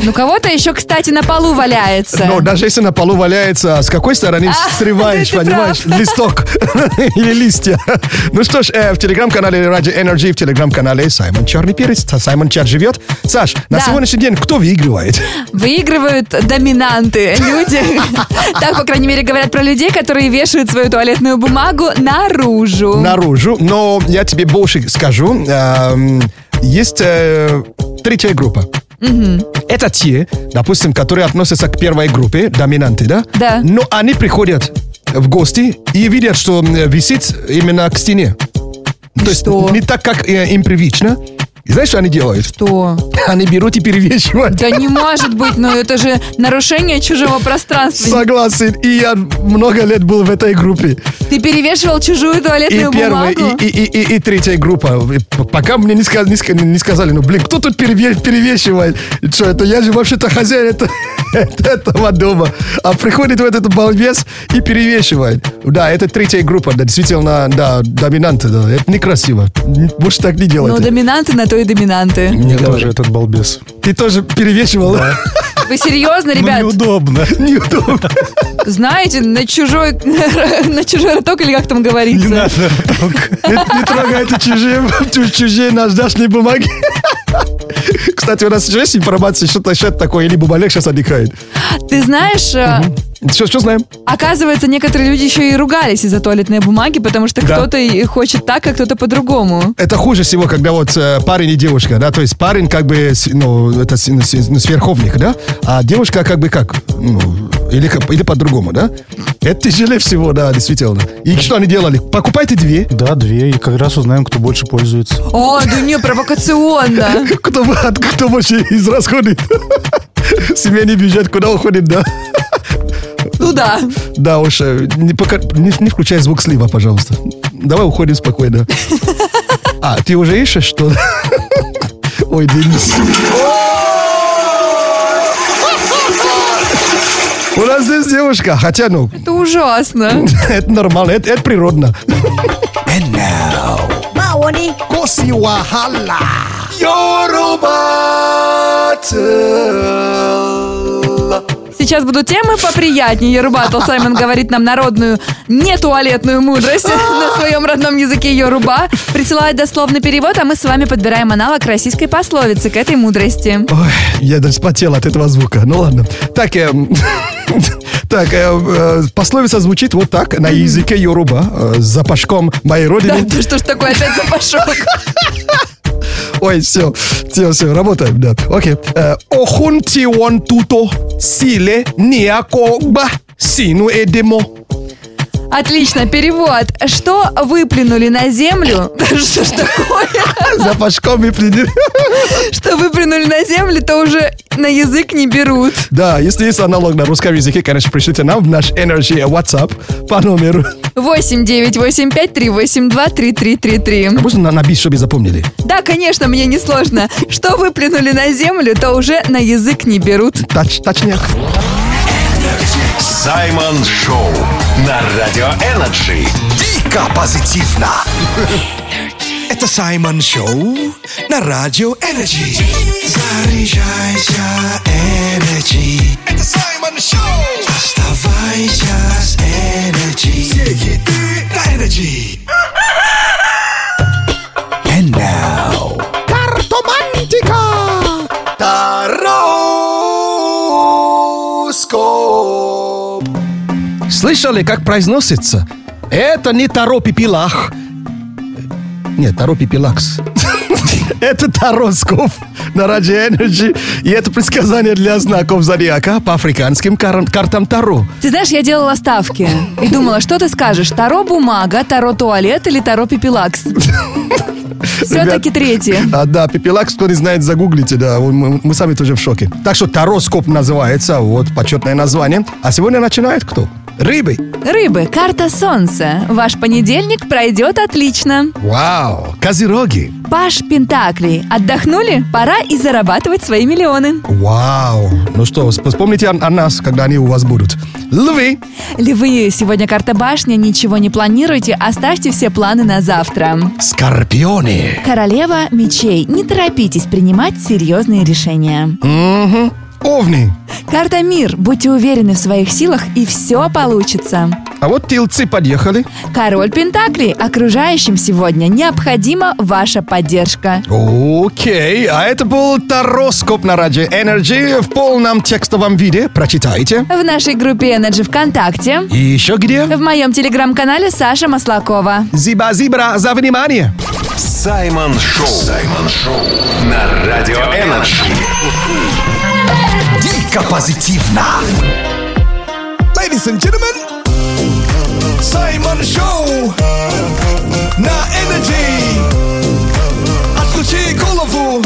Speaker 4: Ну, кого-то еще, кстати, на полу валяется.
Speaker 3: Но даже если на полу валяется, с какой стороны срываешь,
Speaker 4: А, ты прав.
Speaker 3: понимаешь, листок или листья. Ну что ж, э, в телеграм-канале Ради Energy, в телеграм-канале Саймон Черный Перец, Са- Саймон Чат живет. Саш, на
Speaker 4: Да.
Speaker 3: сегодняшний день кто выигрывает?
Speaker 4: Выигрывают доминанты люди. Так, по крайней мере, говорят про людей, которые вешают свою туалетную бумагу наружу.
Speaker 3: Наружу. Но я тебе больше скажу. эм, Есть э, третья группа. Это те, допустим, которые относятся к первой группе, доминанты, да?
Speaker 4: Да.
Speaker 3: Но они приходят в гости и видят, что м, висит именно к стене. То есть
Speaker 4: что?
Speaker 3: не так, как э, им привычно. И знаешь, что они делают?
Speaker 4: Что?
Speaker 3: Они берут и перевешивают.
Speaker 4: Да не может быть, но это же нарушение чужого пространства.
Speaker 3: Согласен. И я много лет был в этой группе.
Speaker 4: Ты перевешивал чужую
Speaker 3: И
Speaker 4: туалетную
Speaker 3: первая,
Speaker 4: бумагу?
Speaker 3: и, и, и, и- и третья группа. И п- Пока мне не, ска- не ска- не сказали, ну, блин, кто тут переве- перевешивает? Что, это я же вообще-то хозяин это- этого дома. А приходит вот этот балбес и перевешивает. Да, это третья группа, да, действительно, да, доминанты, да. Это некрасиво. Н- Больше так не
Speaker 4: Но
Speaker 3: делайте.
Speaker 4: доминанты на то и доминанты.
Speaker 9: Мне тоже этот балбес.
Speaker 3: Ты тоже перевешивал? Да.
Speaker 4: Вы серьезно, ребят?
Speaker 9: неудобно.
Speaker 3: Неудобно.
Speaker 4: Знаете, на чужой, на чужой роток или как там говорится?
Speaker 3: Не, не трогайте чужие, чу- чужие наждачные бумаги. Кстати, у нас же есть информация, что-то что такое, или бумалек сейчас отдыхает.
Speaker 4: Ты знаешь, э,
Speaker 3: Все, все знаем.
Speaker 4: Оказывается, некоторые люди еще и ругались из-за туалетной бумаги, потому что
Speaker 3: Да.
Speaker 4: кто-то и хочет так, а кто-то по-другому.
Speaker 3: Это хуже всего, когда вот э, парень и девушка, да, то есть парень как бы, с- ну, это с- ну, с- ну, сверховник, да, а девушка как бы как, ну, или, как- или по-другому, да. Это тяжелее всего, да, действительно. И что они делали? Покупайте две.
Speaker 9: Да, две, и как раз узнаем, кто больше пользуется.
Speaker 4: О, да не, провокационно.
Speaker 3: Кто, кто больше израсходит? Семейный бюджет куда уходит, да?
Speaker 4: Ну да.
Speaker 3: Да уж, э, не, пока- не- не включай звук слива, пожалуйста. Давай уходим спокойно. А, ты уже ищешь, что ли? Ой, Денис. У нас здесь девушка, хотя, ну,
Speaker 4: Это ужасно.
Speaker 3: это нормально, это, это природно.
Speaker 10: Маони.
Speaker 1: Коси Вахала. Yoruba
Speaker 4: Сейчас будут темы поприятнее. Ерубатл Саймон говорит нам народную нетуалетную мудрость на своем родном языке Йоруба. Присылает дословный перевод, а мы с вами подбираем аналог российской пословицы к этой мудрости.
Speaker 3: Ой, я даже спотел от этого звука. Ну ладно. Так, эм, так э, э, пословица звучит вот так на языке Йоруба. э, за пашком моей
Speaker 4: Да,
Speaker 3: родины.
Speaker 4: да что ж такое опять запашок?
Speaker 3: Ой, все, все, все, работаем, да. Окей. Э, Охунти вон туто, силе ниакогба, сину эдемо.
Speaker 4: Отлично, перевод. Что выплюнули на землю? Да Что ж такое?
Speaker 3: За пашком и приди.
Speaker 4: Что выплюнули на землю, то уже на язык не берут.
Speaker 3: Да, если есть аналог на русском языке, конечно, пришлите нам в наш Energy WhatsApp по номеру.
Speaker 4: 8 9 8 5 3 8 2 3 3 3 3.
Speaker 3: Можно на- набить, чтобы запомнили?
Speaker 4: Да, конечно, мне несложно. Что выплюнули на землю, то уже на язык не берут.
Speaker 3: Точ- точняк.
Speaker 6: Саймон Шоу на Радио Энерджи.
Speaker 1: Дико позитивно. Это Саймон Шоу на Радио Энерджи.
Speaker 2: Заряжайся, Energy.
Speaker 1: Это Саймон Шоу.
Speaker 2: Оставайся с Energy.
Speaker 1: Все хиты на Энерджи.
Speaker 2: And now.
Speaker 1: Картомантика. Тароскоп.
Speaker 3: Слышали, как произносится? Это не таропипилах. Нет, таропипилакс. Это Тароскоп на Радио Энерджи. И это предсказание для знаков зодиака по африканским кар- картам Таро.
Speaker 4: Ты знаешь, я делала ставки и думала, что ты скажешь, Таро бумага, Таро туалет или Таро пепелакс? Все-таки третье.
Speaker 3: А, да, Пепелакс, кто не знает, загуглите, да, он- мы, мы сами тоже в шоке. Так что Тароскоп называется, вот почетное название. А сегодня начинает кто? Рыбы.
Speaker 4: Рыбы, карта солнца. Ваш понедельник пройдет отлично.
Speaker 3: Вау, козероги.
Speaker 4: Паш Пентаклей. Отдохнули? Пора и зарабатывать свои миллионы.
Speaker 3: Вау. Ну что, вс- вспомните о, о нас, когда они у вас будут. Львы.
Speaker 4: Львы, сегодня карта башня, ничего не планируйте, оставьте все планы на завтра.
Speaker 3: Скорпионы.
Speaker 4: Королева мечей, не торопитесь принимать серьезные решения.
Speaker 3: Мгм. Овны.
Speaker 4: Карта мир, будьте уверены в своих силах и все получится.
Speaker 3: А вот тельцы подъехали.
Speaker 4: Король Пентаклей, окружающим сегодня необходима ваша поддержка.
Speaker 3: Окей, а это был Тароскоп на Радио Энерджи в полном текстовом виде. Прочитайте.
Speaker 4: В нашей группе Energy ВКонтакте,
Speaker 3: И еще где?
Speaker 4: в моем телеграм-канале Саша Маслакова.
Speaker 3: Зиба-зибра за внимание.
Speaker 6: Саймон Шоу. Саймон Шоу на Радио Энерджи.
Speaker 1: Дико позитивно. Ladies and gentlemen, Саймон Шоу на Энерджи. Отключи голову,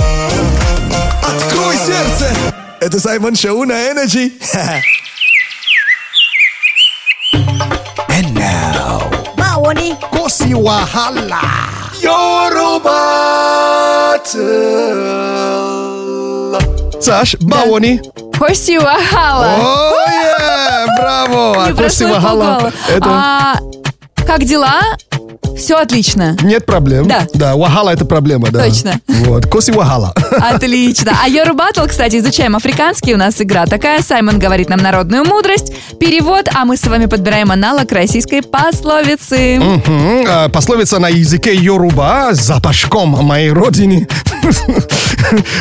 Speaker 1: открой сердце. Это Саймон Шоу на Энерджи.
Speaker 10: Маони.
Speaker 1: Коси Вахала. Yoruba
Speaker 3: Саш, Баони.
Speaker 4: Косиуахала.
Speaker 3: О, е, браво. Oh,
Speaker 4: Не
Speaker 3: А после
Speaker 4: прошло и
Speaker 3: Вахала
Speaker 4: полгола.
Speaker 3: это-
Speaker 4: А, Как дела? Все отлично.
Speaker 3: Нет проблем.
Speaker 4: Да.
Speaker 3: Да, Вахала это проблема, да.
Speaker 4: Точно.
Speaker 3: Вот, Коси Вахала.
Speaker 4: Отлично. А Йору Баттл, кстати, изучаем африканский. У нас игра такая. Саймон говорит нам народную мудрость, перевод, а мы с вами подбираем аналог российской пословицы.
Speaker 3: Мгм. А, Пословица на языке Йоруба «Запашком моей родины».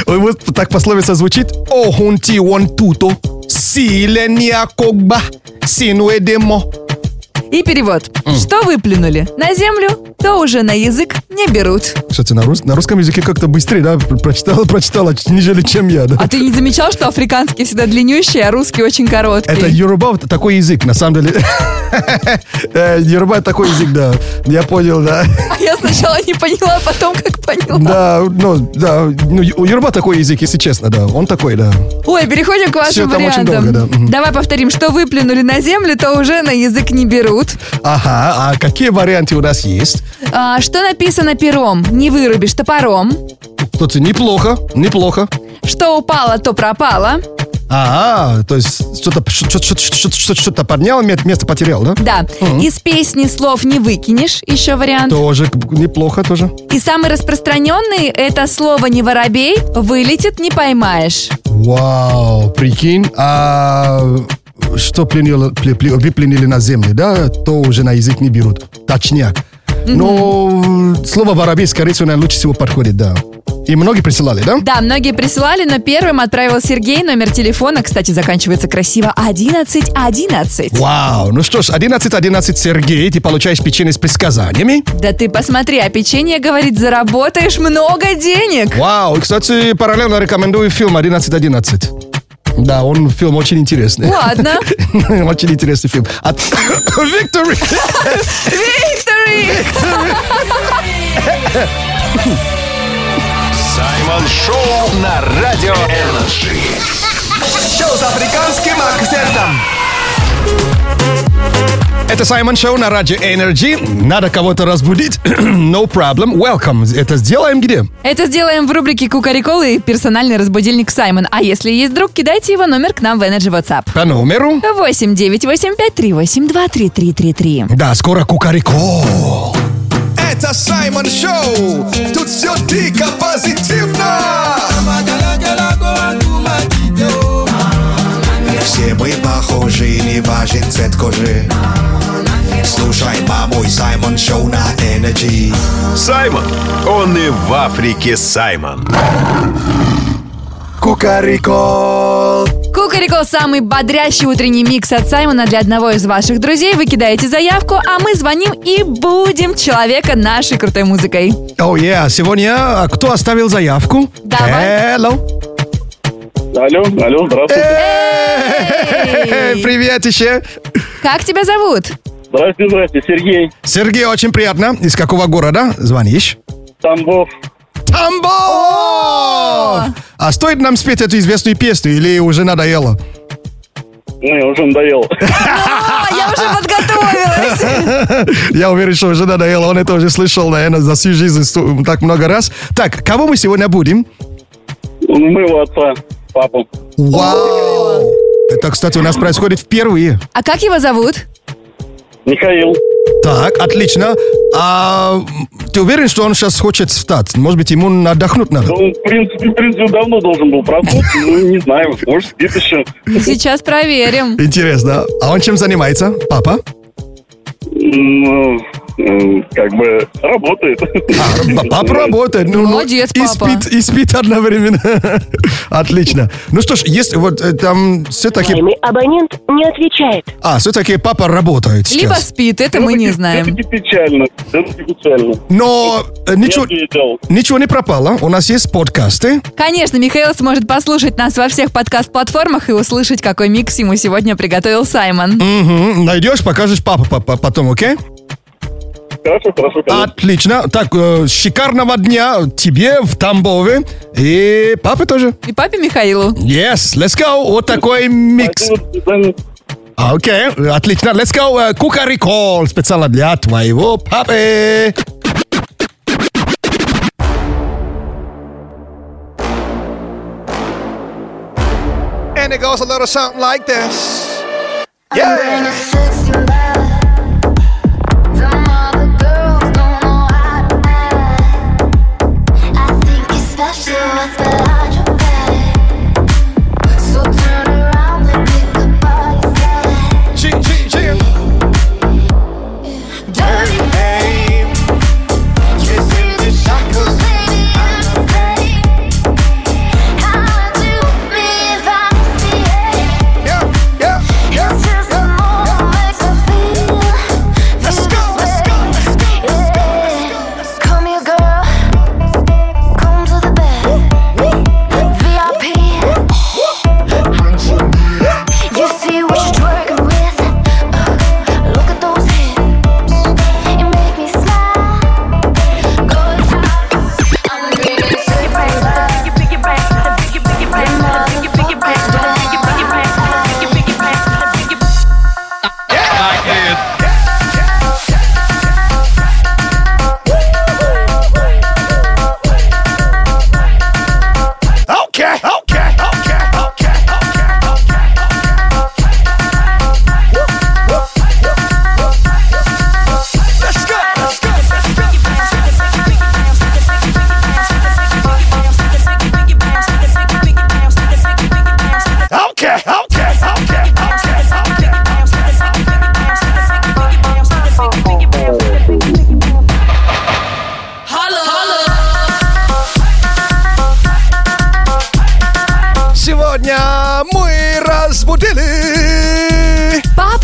Speaker 3: Ой, Вот так пословица звучит. «Охунти вон туто, Силе не акогба, сину эдемо.
Speaker 4: И перевод. Что выплюнули? На землю, то уже на язык не берут.
Speaker 3: Кстати, на, рус- на русском языке как-то быстрее, да, пр- прочитала, прочитала, ч- нежели чем я, да.
Speaker 4: А ты не замечал, что африканские всегда длиннющие, а русские очень короткие?
Speaker 3: Это Yoruba вот такой язык, на самом деле. Э, Yoruba такой язык, да. Я понял, да.
Speaker 4: А я сначала не поняла, а потом как поняла.
Speaker 3: Да, ну, да, ну, у Yoruba такой язык, если честно, да. Он такой, да.
Speaker 4: Ой, переходим к вашим
Speaker 3: Всё, там очень долго,
Speaker 4: вариантам.
Speaker 3: да. Мгм.
Speaker 4: Давай повторим, что выплюнули на землю, то уже на язык не берут.
Speaker 3: Ага, а какие варианты у нас есть?
Speaker 4: А, что написано пером? Не вырубишь топором.
Speaker 3: Кстати, неплохо, неплохо.
Speaker 4: Что упало, то пропало.
Speaker 3: Ага, А, то есть что-то что-то- что-то- что-то- что-то поднял, мет- место потерял, да?
Speaker 4: Да. Из песни слов не выкинешь. Еще вариант.
Speaker 3: Тоже к- неплохо тоже.
Speaker 4: И самый распространенный это слово не воробей, вылетит, не поймаешь.
Speaker 3: Вау, прикинь. А что пленило- пле- пле- выпленили на земле, да, то уже на язык не берут. Точняк. Но слово воробей, скорее всего, наверное, лучше всего подходит, да. И многие присылали, да?
Speaker 4: Да, многие присылали, но первым отправил Сергей. Номер телефона, кстати, заканчивается красиво 1111.
Speaker 3: Вау, ну что ж, 11-11, Сергей, ты получаешь печенье с предсказаниями.
Speaker 4: Да ты посмотри, а печенье говорит, заработаешь много денег.
Speaker 3: Вау, и, кстати, параллельно рекомендую фильм «11-11». Да, он фильм очень интересный.
Speaker 4: Ладно.
Speaker 3: Очень интересный фильм. От Victory!
Speaker 4: Victory!
Speaker 6: Саймон Шоу на Радио Энерджи.
Speaker 2: Шоу с африканским акцентом.
Speaker 3: Это Саймон Шоу на Радио Energy. Надо кого-то разбудить. No problem. Welcome. Это сделаем где?
Speaker 4: Это сделаем в рубрике «Кукарикол» и персональный разбудильник Саймон. А если есть друг, кидайте его номер к нам в Energy WhatsApp.
Speaker 3: По номеру.
Speaker 4: 89853823333.
Speaker 3: Да, скоро кукарико.
Speaker 1: Это Саймон Шоу. Тут все дико позитивно.
Speaker 2: Все мы похожи, не важен цвет кожи.
Speaker 1: Слушай, мамой Саймон Шоу на Energy.
Speaker 6: Саймон. Он и в Африке Саймон. Кукарикол.
Speaker 4: «Кукарикол» — самый бодрящий утренний микс от Саймона для одного из ваших друзей. Вы кидаете заявку, а мы звоним и будем человека нашей крутой музыкой.
Speaker 3: О, Oh, yeah. Сегодня а, кто оставил заявку?
Speaker 4: Давай.
Speaker 3: Hello.
Speaker 12: Алло, алло, здравствуйте.
Speaker 3: Эй, Привет еще.
Speaker 4: Как тебя зовут?
Speaker 12: Здравствуйте, здравствуйте, Сергей.
Speaker 3: Сергей, очень приятно. Из какого города звонишь?
Speaker 12: Тамбов.
Speaker 3: Тамбов! А стоит нам спеть эту известную песню или уже надоело?
Speaker 12: Не, ну, уже надоело.
Speaker 4: А, я уже подготовилась.
Speaker 3: Я уверен, что уже надоело. Он это уже слышал, наверное, за всю жизнь сто- так много раз. Так, кого мы сегодня будем?
Speaker 12: Моего отца, папу.
Speaker 3: Вау! Это, кстати, у нас происходит впервые.
Speaker 4: А как его зовут?
Speaker 12: Михаил.
Speaker 3: Так, отлично. А м, ты уверен, что он сейчас хочет встать? Может быть, ему отдохнуть надо?
Speaker 12: Он, в принципе, в принципе, давно должен был проснуться, ну, не знаю, может, спит еще.
Speaker 4: Сейчас проверим.
Speaker 3: Интересно. А он чем занимается? Папа?
Speaker 12: Ну, м, как бы,
Speaker 4: А,
Speaker 12: работает.
Speaker 3: Папа работает. Ну, ну,
Speaker 12: Молодец,
Speaker 3: и
Speaker 12: папа.
Speaker 3: спит, и спит одновременно. Отлично. Ну что ж, если вот э, там все-таки...
Speaker 13: Абонент не отвечает.
Speaker 3: А, все-таки папа работает
Speaker 4: Либо
Speaker 3: сейчас.
Speaker 4: спит, это мы не знаем.
Speaker 12: Это печально, это печально.
Speaker 3: Но э,
Speaker 4: Ну
Speaker 3: ничего, ничего не пропало. У нас есть подкасты.
Speaker 4: Конечно, Михаил сможет послушать нас во всех подкаст-платформах и услышать, какой микс ему сегодня приготовил Саймон.
Speaker 3: Мгм. Найдешь, покажешь папа, папа потом, окей?
Speaker 12: Хорошо,
Speaker 4: А
Speaker 12: хорошо,
Speaker 3: Отлично. Так, э, шикарного дня тебе в Тамбове. И папе тоже.
Speaker 4: И папе Михаилу.
Speaker 3: Yes, let's go. Вот такой микс. А, Окей, отлично. Let's go. Э, Кукарикол специально для твоего папы.
Speaker 1: And it goes a little something like this.
Speaker 14: Yeah. Sexy back. Them other girls don't know how to act. I think it's special what's behind your back. So turn around and pick up all your slack. Dirty babe. You see the shackles, baby, I'm the same. How would you be if I misbehaved?
Speaker 15: Uh,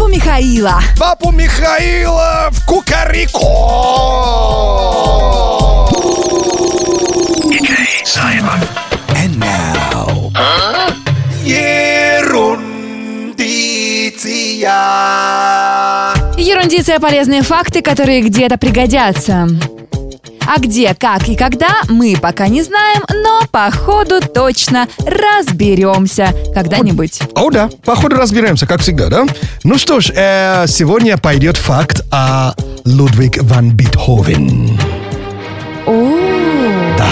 Speaker 4: Михаила.
Speaker 1: Папу Михаила в Кукарико!
Speaker 6: Саймон.
Speaker 1: And now... Ерундиция.
Speaker 4: Ерундиция – полезные факты, которые где-то пригодятся. А где, как и когда, мы пока не знаем, но походу точно разберемся когда-нибудь.
Speaker 3: О, да, походу разбираемся, как всегда, да? Ну что ж, э, сегодня пойдет факт о Лудвиг ван Бетховен.
Speaker 4: О,
Speaker 3: Да.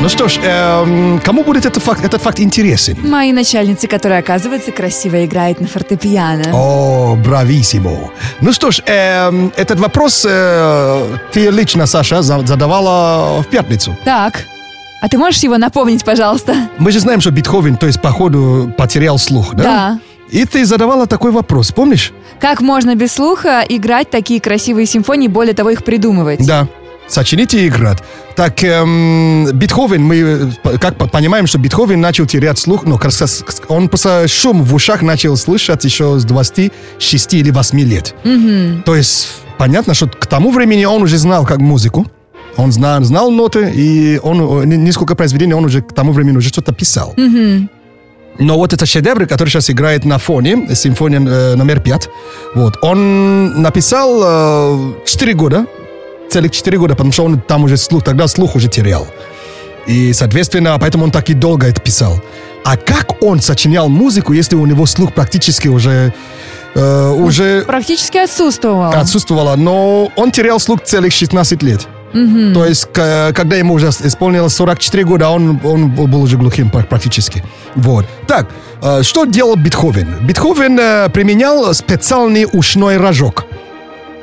Speaker 3: Ну что ж, эм, кому будет этот факт, этот факт интересен?
Speaker 4: мои начальницы, которая, оказывается, красиво играет на фортепиано.
Speaker 3: О, брависсимо. Ну что ж, эм, этот вопрос э, ты лично, Саша, за- задавала в пятницу.
Speaker 4: Так, а ты можешь его напомнить, пожалуйста?
Speaker 3: Мы же знаем, что Бетховен, то есть, походу, потерял слух, да?
Speaker 4: Да.
Speaker 3: И ты задавала такой вопрос, помнишь?
Speaker 4: Как можно без слуха играть такие красивые симфонии, более того, их придумывать?
Speaker 3: Да. Сочинить и играть. Так, эм, Бетховен, мы э, п- как по- понимаем, что Бетховен начал терять слух, но как раз он просто шум в ушах начал слышать еще с 26 или 8 лет.
Speaker 4: Мгм.
Speaker 3: То есть понятно, что к тому времени он уже знал как музыку. Он знал, знал ноты, и он э, не- несколько произведений он уже к тому времени уже что-то писал.
Speaker 4: Мгм.
Speaker 3: Но вот этот шедевр, который сейчас играет на фоне, э, симфония э, номер 5, вот, он написал 4 года, целых 4 года, потому что он там уже слух, тогда слух уже терял. И, соответственно, поэтому он так и долго это писал. А как он сочинял музыку, если у него слух практически уже... э, уже
Speaker 4: Практически отсутствовал.
Speaker 3: отсутствовало, но он терял слух целых 16 лет.
Speaker 4: Мгм.
Speaker 3: То есть, к- когда ему уже исполнилось 44 года, он, он был уже глухим пр- практически. Вот. Так, э, что делал Бетховен? Бетховен э, применял специальный ушной рожок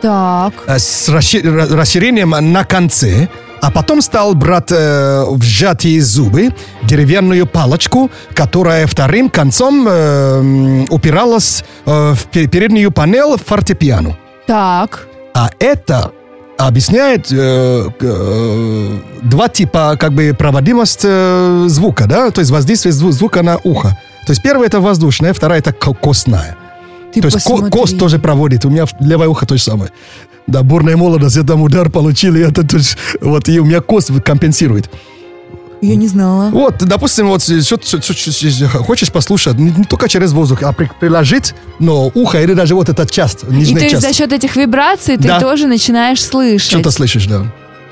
Speaker 4: Так.
Speaker 3: э, с расши- ра- расширением на конце, а потом стал брать э, в сжатые зубы деревянную палочку, которая вторым концом э, м, упиралась э, в пе- переднюю панель фортепиано.
Speaker 4: Так.
Speaker 3: А это объясняет э, к- э, два типа как бы проводимость э, звука, да, то есть воздействие зву- звука на ухо. То есть первая это воздушная, вторая это ко- костная.
Speaker 4: Ты
Speaker 3: то есть ко-
Speaker 4: посмотри.
Speaker 3: кост тоже проводит. У меня в- левое ухо то же самое. Да, бурная молодость, я там удар получил, и это то есть, вот и у меня кост компенсирует.
Speaker 4: Я не знала.
Speaker 3: Вот, допустим, вот э, что- что- что- что- что- хочешь послушать, не, не только через воздух, а при- приложить, но ухо или даже вот эта часть,
Speaker 4: И
Speaker 3: нижняя
Speaker 4: то есть
Speaker 3: часть.
Speaker 4: за счет этих вибраций ты
Speaker 3: Да.
Speaker 4: тоже начинаешь слышать.
Speaker 3: Что-то слышишь, да.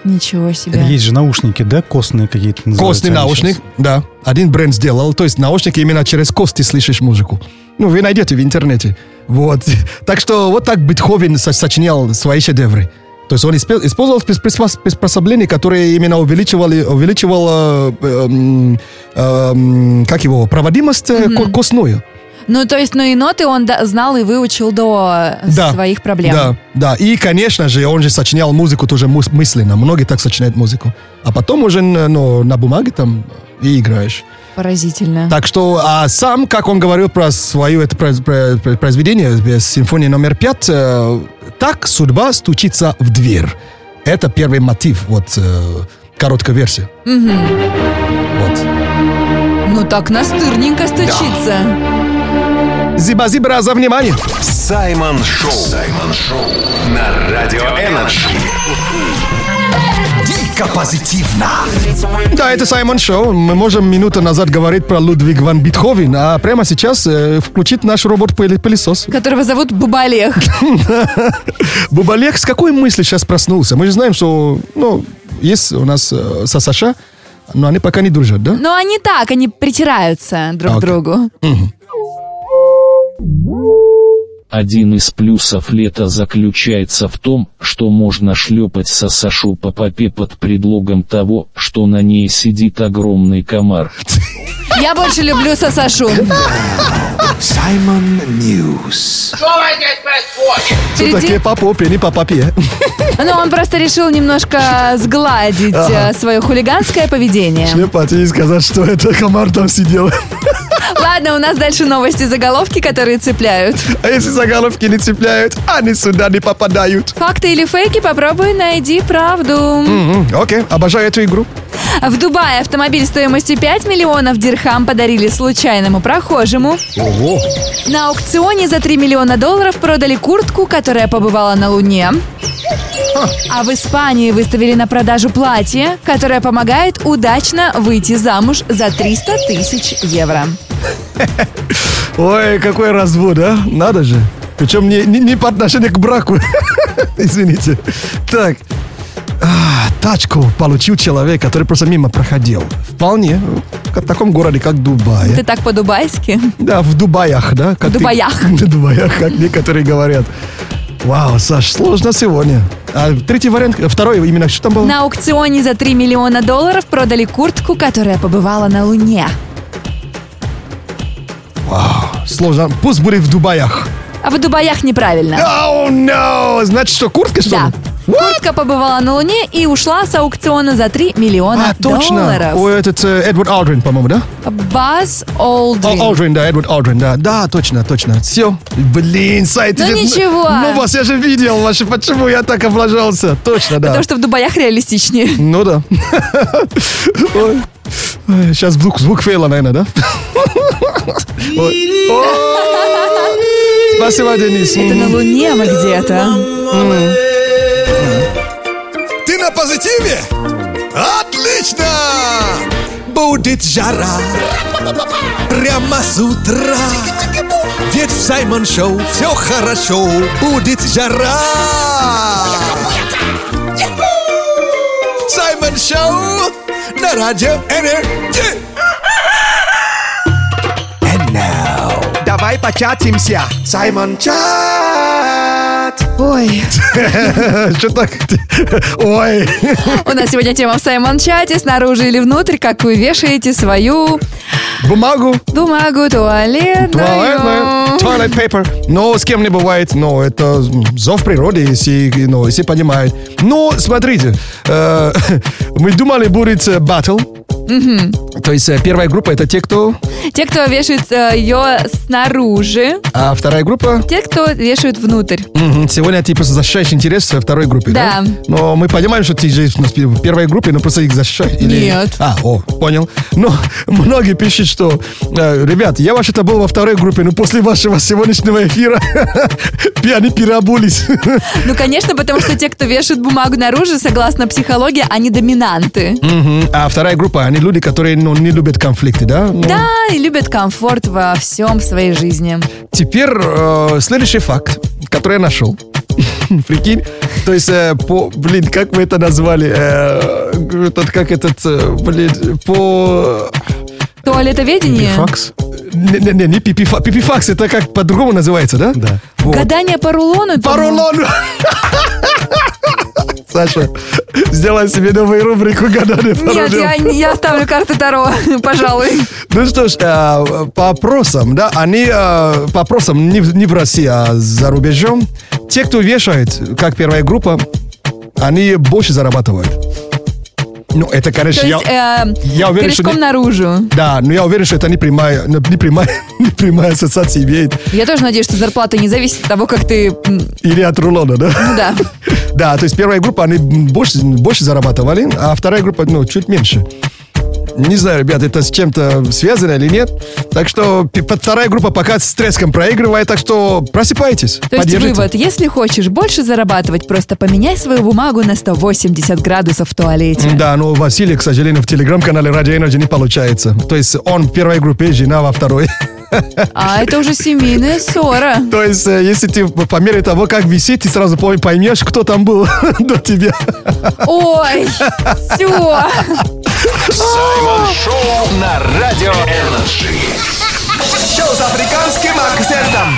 Speaker 4: Ничего себе.
Speaker 9: Есть же наушники, да, костные какие-то называются
Speaker 3: Костный
Speaker 9: они
Speaker 3: наушник, да. Один бренд сделал, то есть наушники именно через кости слышишь музыку. Ну, вы найдете в интернете. Вот. Так что вот так Бетховен со- сочинял свои шедевры. То есть он испе- использовал прис- присва- приспособления, которые именно увеличивали, увеличивал, э, эм, эм, как его, проводимость э, ко- костную.
Speaker 4: Ну, то есть, ну и ноты он да- знал и выучил до э,
Speaker 3: Да.
Speaker 4: своих проблем.
Speaker 3: Да, да. И, конечно же, он же сочинял музыку тоже мыс- мысленно. Многие так сочиняют музыку. А потом уже э, ну, на бумаге там и играешь.
Speaker 4: Поразительно.
Speaker 3: Так что, а сам, как он говорил про свое это произ- про- про- произведение, э, симфония номер пять, э, так судьба стучится в дверь. Это первый мотив, вот э, короткая версия.
Speaker 4: Мгм.
Speaker 3: Вот.
Speaker 4: Ну так настырненько стучится.
Speaker 3: Зиба-зибра за внимание.
Speaker 6: Саймон Шоу. Саймон Шоу. На Радио Энерджи. Дико позитивно.
Speaker 3: Да, это Саймон Шоу. Мы можем минуту назад говорить про Людвиг ван Бетховен, а прямо сейчас э, включить наш робот-пылесос.
Speaker 4: Которого зовут Бубалех.
Speaker 3: Бубалек с какой мысли сейчас проснулся? Мы же знаем, что ну, есть у нас э, со Саша, но они пока не дружат, да?
Speaker 4: Но они так, они притираются
Speaker 3: А,
Speaker 4: друг к
Speaker 5: Окей.
Speaker 4: другу.
Speaker 5: Один из плюсов лета заключается в том, что можно шлепать сосашу по попе под предлогом того, что на ней сидит огромный комар.
Speaker 4: Я больше люблю Сасашу.
Speaker 3: Саймон Ньюс. Что
Speaker 4: Впереди-
Speaker 3: такие по попе, не по попе.
Speaker 4: Но он просто решил немножко сгладить
Speaker 3: Ага.
Speaker 4: э, свое хулиганское поведение.
Speaker 3: Шлепать и сказать, что это комар там сидел.
Speaker 4: Ладно, у нас дальше новости заголовки, которые цепляют.
Speaker 3: А если заголовки не цепляют, они сюда не попадают.
Speaker 4: Факты или фейки, попробуй найди правду.
Speaker 3: Мгм, Окей, обожаю эту игру.
Speaker 4: В Дубае автомобиль стоимостью 5 миллионов дирхам подарили случайному прохожему.
Speaker 3: Ого!
Speaker 4: На аукционе за 3 миллиона долларов продали куртку, которая побывала на Луне. А в Испании выставили на продажу платье, которое помогает удачно выйти замуж за 300 тысяч евро.
Speaker 3: Ой, какой развод, а? Надо же. Причем не, не, не по отношению к браку. Извините. Так. А, тачку получил человек, который просто мимо проходил. Вполне. В таком городе, как Дубай.
Speaker 4: Ты так по-дубайски?
Speaker 3: Да, в Дубаях, да? Как
Speaker 4: В
Speaker 3: ты-
Speaker 4: Дубаях.
Speaker 3: в Дубаях, как некоторые говорят. Вау, Саш, сложно сегодня. А третий вариант, второй именно, что там было?
Speaker 4: На аукционе за 3 миллиона долларов продали куртку, которая побывала на Луне.
Speaker 3: Вау, сложно. Пусть будет в Дубаях.
Speaker 4: А в Дубаях неправильно.
Speaker 3: Oh, no! Значит, что, куртка, что
Speaker 4: Да.
Speaker 3: ли?
Speaker 4: Куртка побывала на Луне и ушла с аукциона за 3 миллиона
Speaker 3: А, Точно.
Speaker 4: долларов.
Speaker 3: Ой, этот э, Эдвард Алдрин, по-моему, да?
Speaker 4: Баз Олдрин.
Speaker 3: О, Алдрин, да, Эдвард Алдрин, да. Да, точно, точно. Все. Блин, сайт.
Speaker 4: Ну,
Speaker 3: идет-
Speaker 4: ничего.
Speaker 3: Ну, вас я же видел, ваши, почему я так облажался. Точно, да.
Speaker 4: Потому что в Дубаях реалистичнее.
Speaker 3: Ну да. Сейчас звук, звук фейла, наверное, да? Ой. О! Спасибо, Денис.
Speaker 4: Это на Луне а мы где-то.
Speaker 1: Ты на позитиве? Отлично! Будет жара Прямо с утра Ведь в Саймон Шоу все хорошо Будет жара Саймон Шоу на радио Энерджи
Speaker 2: Давай початимся. Саймон Чат.
Speaker 4: Ой.
Speaker 3: Что так? Ой.
Speaker 4: У нас сегодня тема в Саймон-чате. Снаружи или внутрь, как вы вешаете свою...
Speaker 3: Бумагу.
Speaker 4: Бумагу, туалет.
Speaker 3: Туалетная, Toilet paper. Но с кем не бывает, но это зов природы, если, ну, если понимает. Но смотрите, э, мы думали, будет э, батл. То есть э, первая группа это те, кто...
Speaker 4: Те, кто вешает э, ее снаружи.
Speaker 3: А вторая группа...
Speaker 4: Те, кто вешают внутрь.
Speaker 3: Мгм, Сегодня ты просто защищаешь интересы во второй группе, да?
Speaker 4: Да.
Speaker 3: Но мы понимаем, что ты же у нас в первой группе, но просто их защищаешь. или-
Speaker 4: Нет.
Speaker 3: А, о, понял. Но многие пишут, что, э, ребят, я вообще-то был во второй группе, но после вашего сегодняшнего эфира они переобулись.
Speaker 4: Ну, конечно, потому что те, кто вешает бумагу наружу, согласно психологии, они доминанты.
Speaker 3: Мгм. А вторая группа, они люди, которые ну, не любят конфликты, да? Ну,
Speaker 4: Да, и любят комфорт во всем в своей жизни.
Speaker 3: Теперь э, следующий факт, который я нашел. Прикинь, то есть, э, по, блин, как вы это назвали? Э, этот, как этот, э, блин, по...
Speaker 4: Туалетоведение.
Speaker 3: Не, не, не, не пипифа- пипифакс, это как по-другому называется, да? Да.
Speaker 4: Гадание по рулону. По
Speaker 3: рулону. Саша, сделай себе новую рубрику «Гадание по
Speaker 4: Нет,
Speaker 3: рулону».
Speaker 4: я, я оставлю карты Таро, пожалуй.
Speaker 3: Ну что ж, э, по опросам, да, они э, по опросам не, в- не в России, а за рубежом, те, кто вешает, как первая группа, они больше зарабатывают. Ну, это, конечно,
Speaker 4: То
Speaker 3: я,
Speaker 4: есть э,
Speaker 3: я уверен, что...
Speaker 4: корешком
Speaker 3: не-
Speaker 4: наружу.
Speaker 3: Да, но я уверен, что это не прямая, ну, не прямая, не прямая ассоциация имеет.
Speaker 4: Я тоже надеюсь, что зарплата не зависит от того, как ты... м,
Speaker 3: Или от рулона, да?
Speaker 4: Ну да.
Speaker 3: Да, то есть первая группа, они больше, больше зарабатывали, а вторая группа, ну, чуть меньше. Не знаю, ребят, это с чем-то связано или нет. Так что пи- под- вторая группа пока с треском проигрывает, так что просыпайтесь.
Speaker 4: То есть
Speaker 3: поддержите.
Speaker 4: вывод, если хочешь больше зарабатывать, просто поменяй свою бумагу на 180 градусов в туалете.
Speaker 3: Да, но Василий, к сожалению, в телеграм-канале Radio Energy не получается. То есть он в первой группе, жена во второй.
Speaker 4: А это уже семейная ссора.
Speaker 3: То есть, э, если ты по по мере того, как висит, ты сразу пой- поймешь, кто там был до тебя.
Speaker 4: Ой, все.
Speaker 6: Саймон Шоу на Радио Энерджи.
Speaker 2: Шоу с африканским акцентом.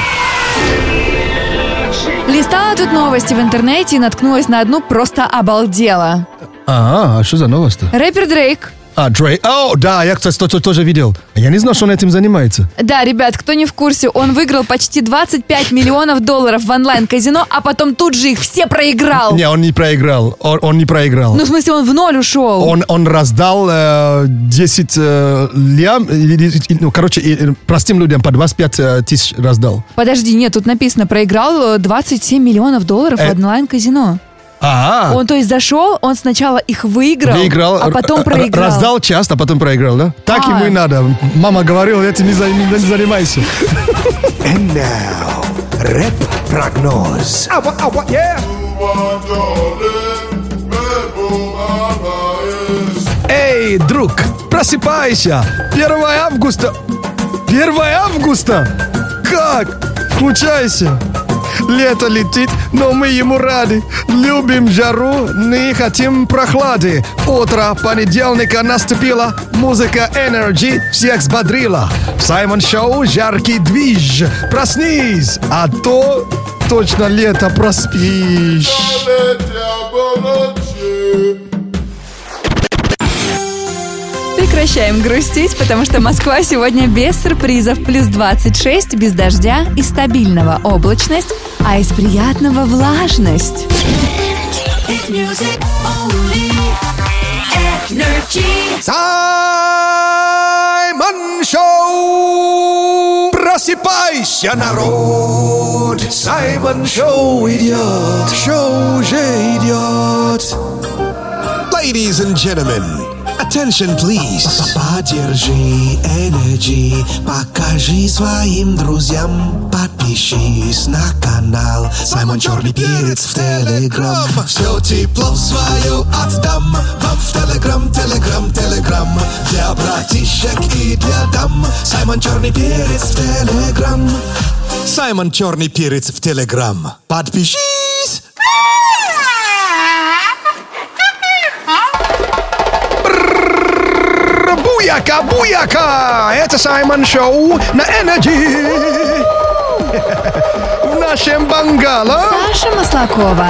Speaker 4: Листала тут новости в интернете и наткнулась на одну просто обалдела.
Speaker 3: А, а что за новость-то?
Speaker 4: Рэпер Дрейк.
Speaker 3: А, Дрей. О, да, я, кстати, то- то- тоже видел. Я не знал, что он этим занимается.
Speaker 4: Да, ребят, кто не в курсе, он выиграл почти 25 миллионов долларов в онлайн-казино, а потом тут же их все проиграл.
Speaker 3: Не, он не проиграл. Он, он не проиграл.
Speaker 4: Ну, в смысле, он в ноль ушел.
Speaker 3: Он, он раздал э, 10 э, лям, или- или- ну, короче, и- и простым людям по 25 э, тысяч раздал.
Speaker 4: Подожди, нет, тут написано, проиграл э, 27 миллионов долларов в
Speaker 3: Э.
Speaker 4: онлайн-казино.
Speaker 3: А.
Speaker 4: Он, то есть, зашел, он сначала их выиграл,
Speaker 3: Выиграл,
Speaker 4: а
Speaker 3: р-
Speaker 4: потом
Speaker 3: р-
Speaker 4: проиграл.
Speaker 3: Раздал часто, а потом проиграл, да? Так
Speaker 4: А.
Speaker 3: ему и надо. Мама говорила, этим не, за- не- не занимайся.
Speaker 2: And now, рэп-прогноз.
Speaker 3: Эй, друг, просыпайся! 1 августа! 1 августа? Как? Включайся! Лето летит, но мы ему рады. Любим жару, не хотим прохлады. Утро понедельника наступило, музыка Energy всех взбодрила. В Саймон Шоу жаркий движ. Проснись, а то точно лето проспишь.
Speaker 4: Прекращаем грустить, потому что Москва сегодня без сюрпризов. Плюс 26, без дождя и стабильного облачность, а из приятного влажность.
Speaker 1: Саймон Шоу! Просыпайся, народ! Саймон Шоу идет! Шоу уже идет!
Speaker 2: Ladies and gentlemen, attention please. Поддержи Energy, покажи своим друзьям, подпишись на канал. Саймон Черный Перец в Телеграм. Все тепло свое отдам вам в Телеграм, Телеграм, Телеграм. Для братишек и для дам. Саймон Черный Перец в Телеграм. Саймон Черный Перец в Телеграм. Подпишись!
Speaker 3: Буяка, буяка! Это Саймон Шоу на Energy. В нашем бангало.
Speaker 4: Саша Маслакова.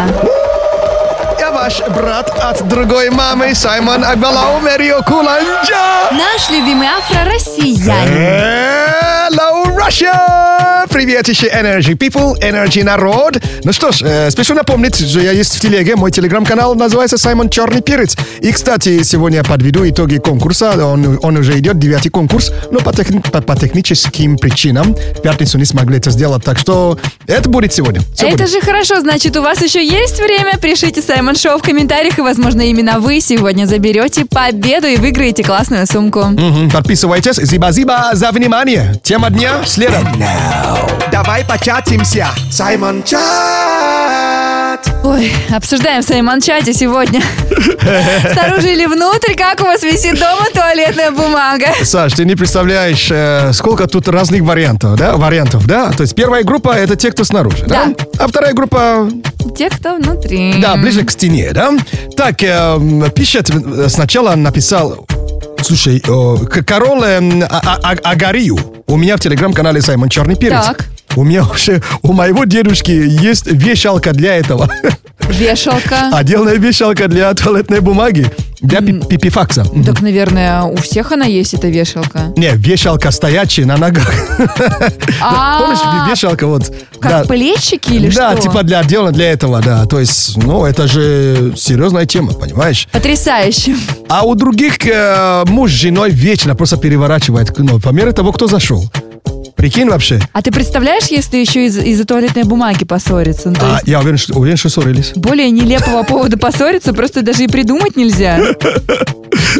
Speaker 3: Я ваш брат от другой мамы, Саймон Агбалау Мерио Куланджа.
Speaker 4: Наш любимый афро-россиянин.
Speaker 3: Hello, Russia! Привет еще Energy People, Energy народ. Ну что ж, э, спешу напомнить, что я есть в телеге. Мой телеграм-канал называется Саймон Черный Перец. И, кстати, сегодня я подведу итоги конкурса. Он, он уже идет, девятый конкурс. Но по, техни- по- по техническим причинам в пятницу не смогли это сделать. Так что это будет сегодня. Всё
Speaker 4: Это
Speaker 3: будет.
Speaker 4: же хорошо, значит, у вас еще есть время? Пишите Саймон Шоу в комментариях, и, возможно, именно вы сегодня заберете победу и выиграете классную сумку.
Speaker 3: Мгм. Подписывайтесь. Зиба-зиба за внимание. Тема дня следом.
Speaker 2: Давай початимся. Саймон Чат.
Speaker 4: Ой, обсуждаем в Саймон Чате сегодня. Снаружи или внутрь, как у вас висит дома туалетная бумага?
Speaker 3: Саш, ты не представляешь, э, сколько тут разных вариантов, да? Вариантов, да? То есть первая группа это те, кто снаружи, да? А вторая группа,
Speaker 4: Те, кто внутри.
Speaker 3: да, ближе к стене, да? Так, э, м, пишет, э, сначала написал, слушай, э, к- король э, а- а- а- Агарию. У меня в телеграм-канале Саймон Черный Перец.
Speaker 4: Так.
Speaker 3: У меня уже, у моего дедушки есть вешалка для этого.
Speaker 4: Вешалка.
Speaker 3: Отдельная вешалка для туалетной бумаги. Для пи- пипифакса. Мгм.
Speaker 4: Так, наверное, у всех она есть, эта вешалка.
Speaker 3: Не, вешалка стоячая на ногах.
Speaker 4: А,
Speaker 3: Помнишь, вешалка вот.
Speaker 4: Как
Speaker 3: да.
Speaker 4: плечики или что?
Speaker 3: Да, типа для отдела для этого, да. То есть, ну, это же серьезная тема, понимаешь?
Speaker 4: Потрясающе.
Speaker 3: А у других э, муж с женой вечно просто переворачивает, ну, по мере того, кто зашел. Прикинь вообще.
Speaker 4: А ты представляешь, если еще из- из-за туалетной бумаги поссориться? Ну, то
Speaker 3: А,
Speaker 4: есть
Speaker 3: я уверен, что, уверен, что ссорились.
Speaker 4: более нелепого повода поссориться просто даже и придумать нельзя.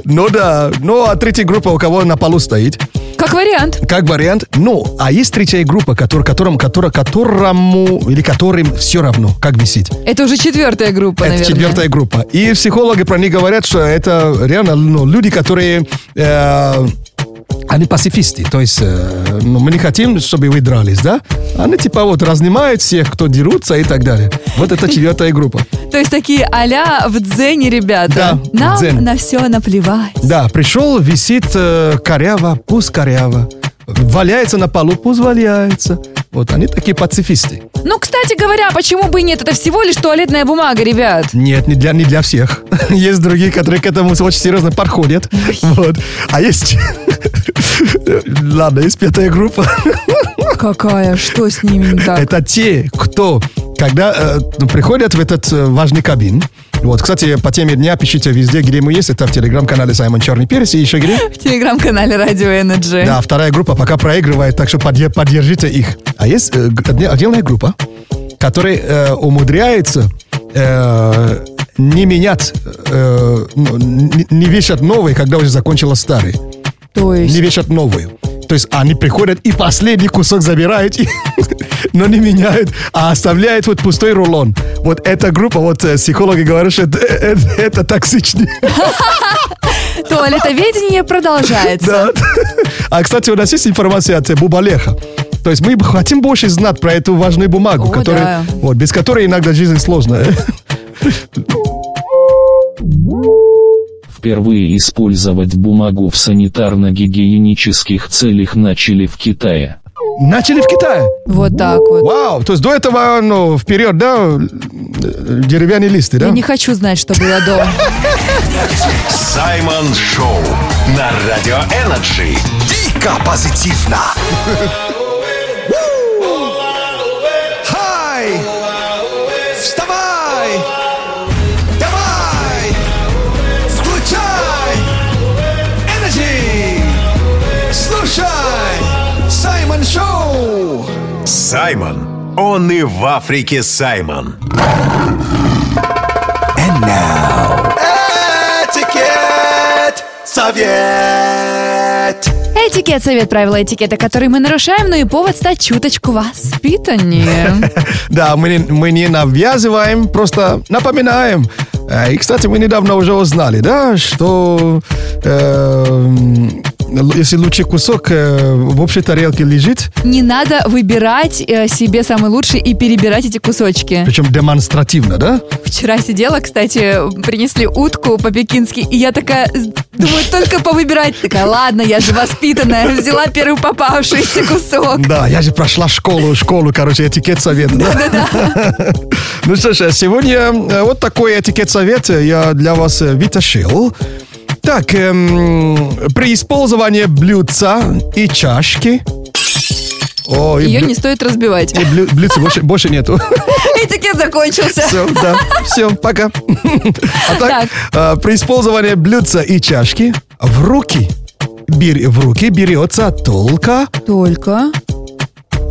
Speaker 3: Ну да, ну а третья группа у кого на полу стоит?
Speaker 4: Как вариант.
Speaker 3: Как вариант. Ну, а есть третья группа, который, которым, которая- которому или которым все равно, как висит.
Speaker 4: Это уже четвертая группа,
Speaker 3: Это
Speaker 4: наверное.
Speaker 3: четвертая группа. И психологи про них говорят, что это реально ну, люди, которые... э, они пацифисты, то есть э, ну, мы не хотим, чтобы вы дрались, да? Они типа вот разнимают всех, кто дерутся и так далее. Вот это четвертая группа.
Speaker 4: То есть такие а в дзене ребята.
Speaker 3: Да,
Speaker 4: Нам
Speaker 3: дзен.
Speaker 4: на все наплевать.
Speaker 3: Да, пришел, висит э, коряво, пусть коряво. Валяется на полу, пусть валяется. Вот они такие пацифисты.
Speaker 4: Ну, кстати говоря, почему бы и нет? Это всего лишь туалетная бумага, ребят.
Speaker 3: Нет, не для, не для всех. Есть другие, которые к этому очень серьезно подходят. Вот. А есть... Ладно, есть пятая группа.
Speaker 4: Какая? Что с ними не так?
Speaker 3: Это те, кто, когда э, ну, приходят в этот э, важный кабин, вот, кстати, по теме дня пишите везде, где мы есть. Это в телеграм-канале Саймон Черный Перец и еще где.
Speaker 4: В телеграм-канале Радио Energy.
Speaker 3: Да, вторая группа пока проигрывает, так что подде- поддержите их. А есть э, г- отде- отдельная группа, которая э, умудряется э, не менят, э, ну, не, не вешат новые, когда уже закончила старый.
Speaker 4: То есть?
Speaker 3: Не вешат новую. То есть они приходят и последний кусок забирают, и- но не меняют, а оставляют вот пустой рулон. Вот эта группа, вот э, психологи говорят, что это, э, э, это токсичнее.
Speaker 4: Туалетоведение продолжается.
Speaker 3: А, кстати, у нас есть информация от э, Бубалеха. То есть мы хотим больше знать про эту важную бумагу,
Speaker 4: О,
Speaker 3: которая,
Speaker 4: да.
Speaker 3: вот, без которой иногда жизнь сложная.
Speaker 5: Впервые использовать бумагу в санитарно-гигиенических целях начали в Китае.
Speaker 3: Начали в Китае.
Speaker 4: Вот так вот.
Speaker 3: Вау, то есть до этого, ну, вперед, да, э, деревянные листы, да?
Speaker 4: Я не хочу знать, что было до.
Speaker 6: Саймон Шоу на Радио Энерджи. Дико позитивно.
Speaker 1: Хай! Вставай! Давай! Включай! Энерджи! Слушай! Саймон Шоу!
Speaker 6: Саймон. Он и в Африке Саймон.
Speaker 1: Этикет! Совет!
Speaker 4: Этикет, совет, правила этикета, который мы нарушаем, но и повод стать чуточку воспитаннее.
Speaker 3: Да, мы, не- мы не навязываем, просто напоминаем. Э, И, кстати, мы недавно уже узнали, да, что э, м, л- если лучший кусок э, в общей тарелке лежит,
Speaker 4: Не надо выбирать э, себе самый лучший и перебирать эти кусочки.
Speaker 3: причем демонстративно, да?
Speaker 4: Вчера сидела, кстати, принесли утку по-пекински, и я такая, с- думаю, только повыбирать. Такая, ладно, я же воспитанная, взяла первый попавшийся кусок.
Speaker 3: Да, я же прошла школу, школу, короче, этикет совета. Да? Ну что ж, сегодня э, вот такой этикет совет я для вас э, вытащил. Так, эм, при использовании блюдца и чашки... О, и
Speaker 4: Ее
Speaker 3: блю-
Speaker 4: не стоит разбивать.
Speaker 3: и блю- блюдца больше, больше нету.
Speaker 4: Этикет закончился.
Speaker 3: Все, да, все, пока. А так, э, при использовании блюдца и чашки в руки, бери- в руки берется только...
Speaker 4: Только?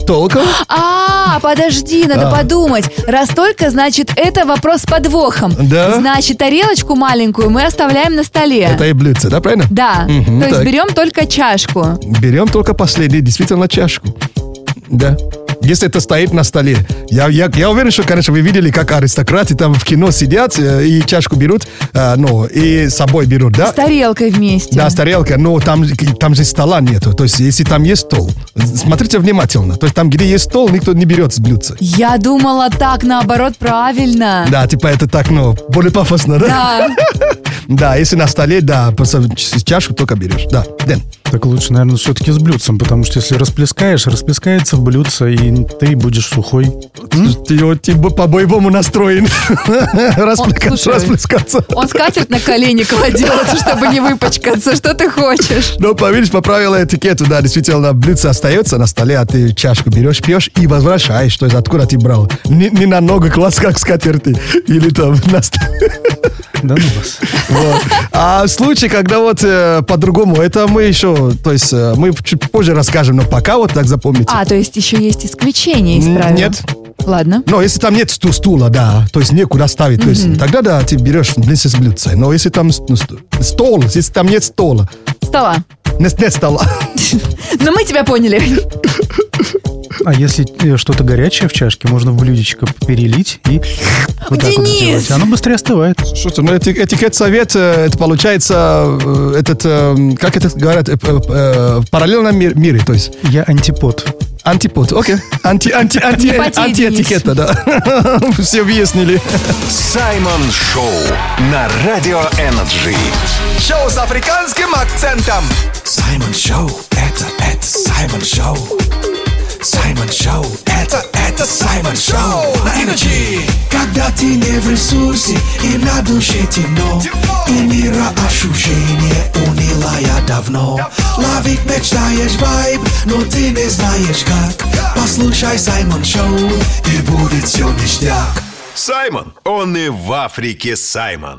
Speaker 3: Только?
Speaker 4: А, подожди, надо
Speaker 3: А.
Speaker 4: подумать. Раз только, значит, это вопрос с подвохом.
Speaker 3: Да.
Speaker 4: Значит, тарелочку маленькую мы оставляем на столе.
Speaker 3: Это и блюдце, да, правильно?
Speaker 4: Да.
Speaker 3: Мгм,
Speaker 4: То есть
Speaker 3: так.
Speaker 4: берем только чашку.
Speaker 3: Берем только последний, действительно, чашку. Да. Если это стоит на столе. Я, я, я уверен, что, конечно, вы видели, как аристократы там в кино сидят э, и чашку берут, э, ну, и с собой берут, да?
Speaker 4: С тарелкой вместе.
Speaker 3: Да, с тарелкой, но там, же- там же стола нету. То есть, если там есть стол, смотрите внимательно. То есть, там, где есть стол, никто не берет с блюдца.
Speaker 4: Я думала так, наоборот, правильно.
Speaker 3: Да, типа это так, ну, более пафосно, да?
Speaker 4: Да.
Speaker 3: Да, если на столе, да, просто с- чашку только берешь. Да, Дэн.
Speaker 9: Так лучше, наверное, все-таки с блюдцем, потому что если расплескаешь, расплескается в блюдце, и ты будешь сухой.
Speaker 3: Ты вот типа по-боевому настроен.
Speaker 4: слушай.
Speaker 3: Расплескаться.
Speaker 4: Он скатерть на колени кладет, чтобы не выпачкаться. Что ты хочешь?
Speaker 3: Но, Ну, поверишь, по правилам этикета, да, действительно, блюдце остается на столе, а ты чашку берешь, пьешь и возвращаешь. То есть, откуда ты брал? Не, не на ногу класс, как скатерти. Или там на столе.
Speaker 9: Да ну вас.
Speaker 3: Вот. А случай, когда вот э, по-другому, это мы еще, то есть э, мы чуть позже расскажем, но пока вот так запомните.
Speaker 4: А, то есть еще есть исключение из правил?
Speaker 3: Нет.
Speaker 4: Ладно.
Speaker 3: Но если там нет сту- стула, да, то есть некуда ставить, то есть
Speaker 4: Мгм.
Speaker 3: тогда да, ты берешь вместе с блюдцем. Но если там с- ну, ст- стол, если там нет стола,
Speaker 4: Стола.
Speaker 3: нет, нет стола.
Speaker 4: Но мы тебя поняли.
Speaker 9: А если э, что-то горячее в чашке, можно в блюдечко перелить и вот так вот
Speaker 4: Денис!
Speaker 9: сделать. Оно быстрее остывает.
Speaker 3: Что-то, ну, эти- этикет совет, э, это получается, э, этот, э, как это говорят, э, э, э, в параллельном ми- мире, то есть.
Speaker 9: Я антипод.
Speaker 3: Антипод, окей. Анти, анти, анти,
Speaker 6: Не потей,
Speaker 3: антиэтикета, да. Все выяснили.
Speaker 6: Саймон Шоу на Радио Энерджи.
Speaker 1: Шоу с африканским акцентом. Саймон Шоу, это, это Саймон Шоу. Саймон Шоу, это, это Саймон Шоу. На Energy.
Speaker 2: Когда ты не в ресурсе и на душе темно У мира ощущение унила я давно Ловить мечтаешь вайб, но ты не знаешь как Послушай Саймон Шоу и будет все ништяк
Speaker 6: Саймон. Он и в Африке Саймон.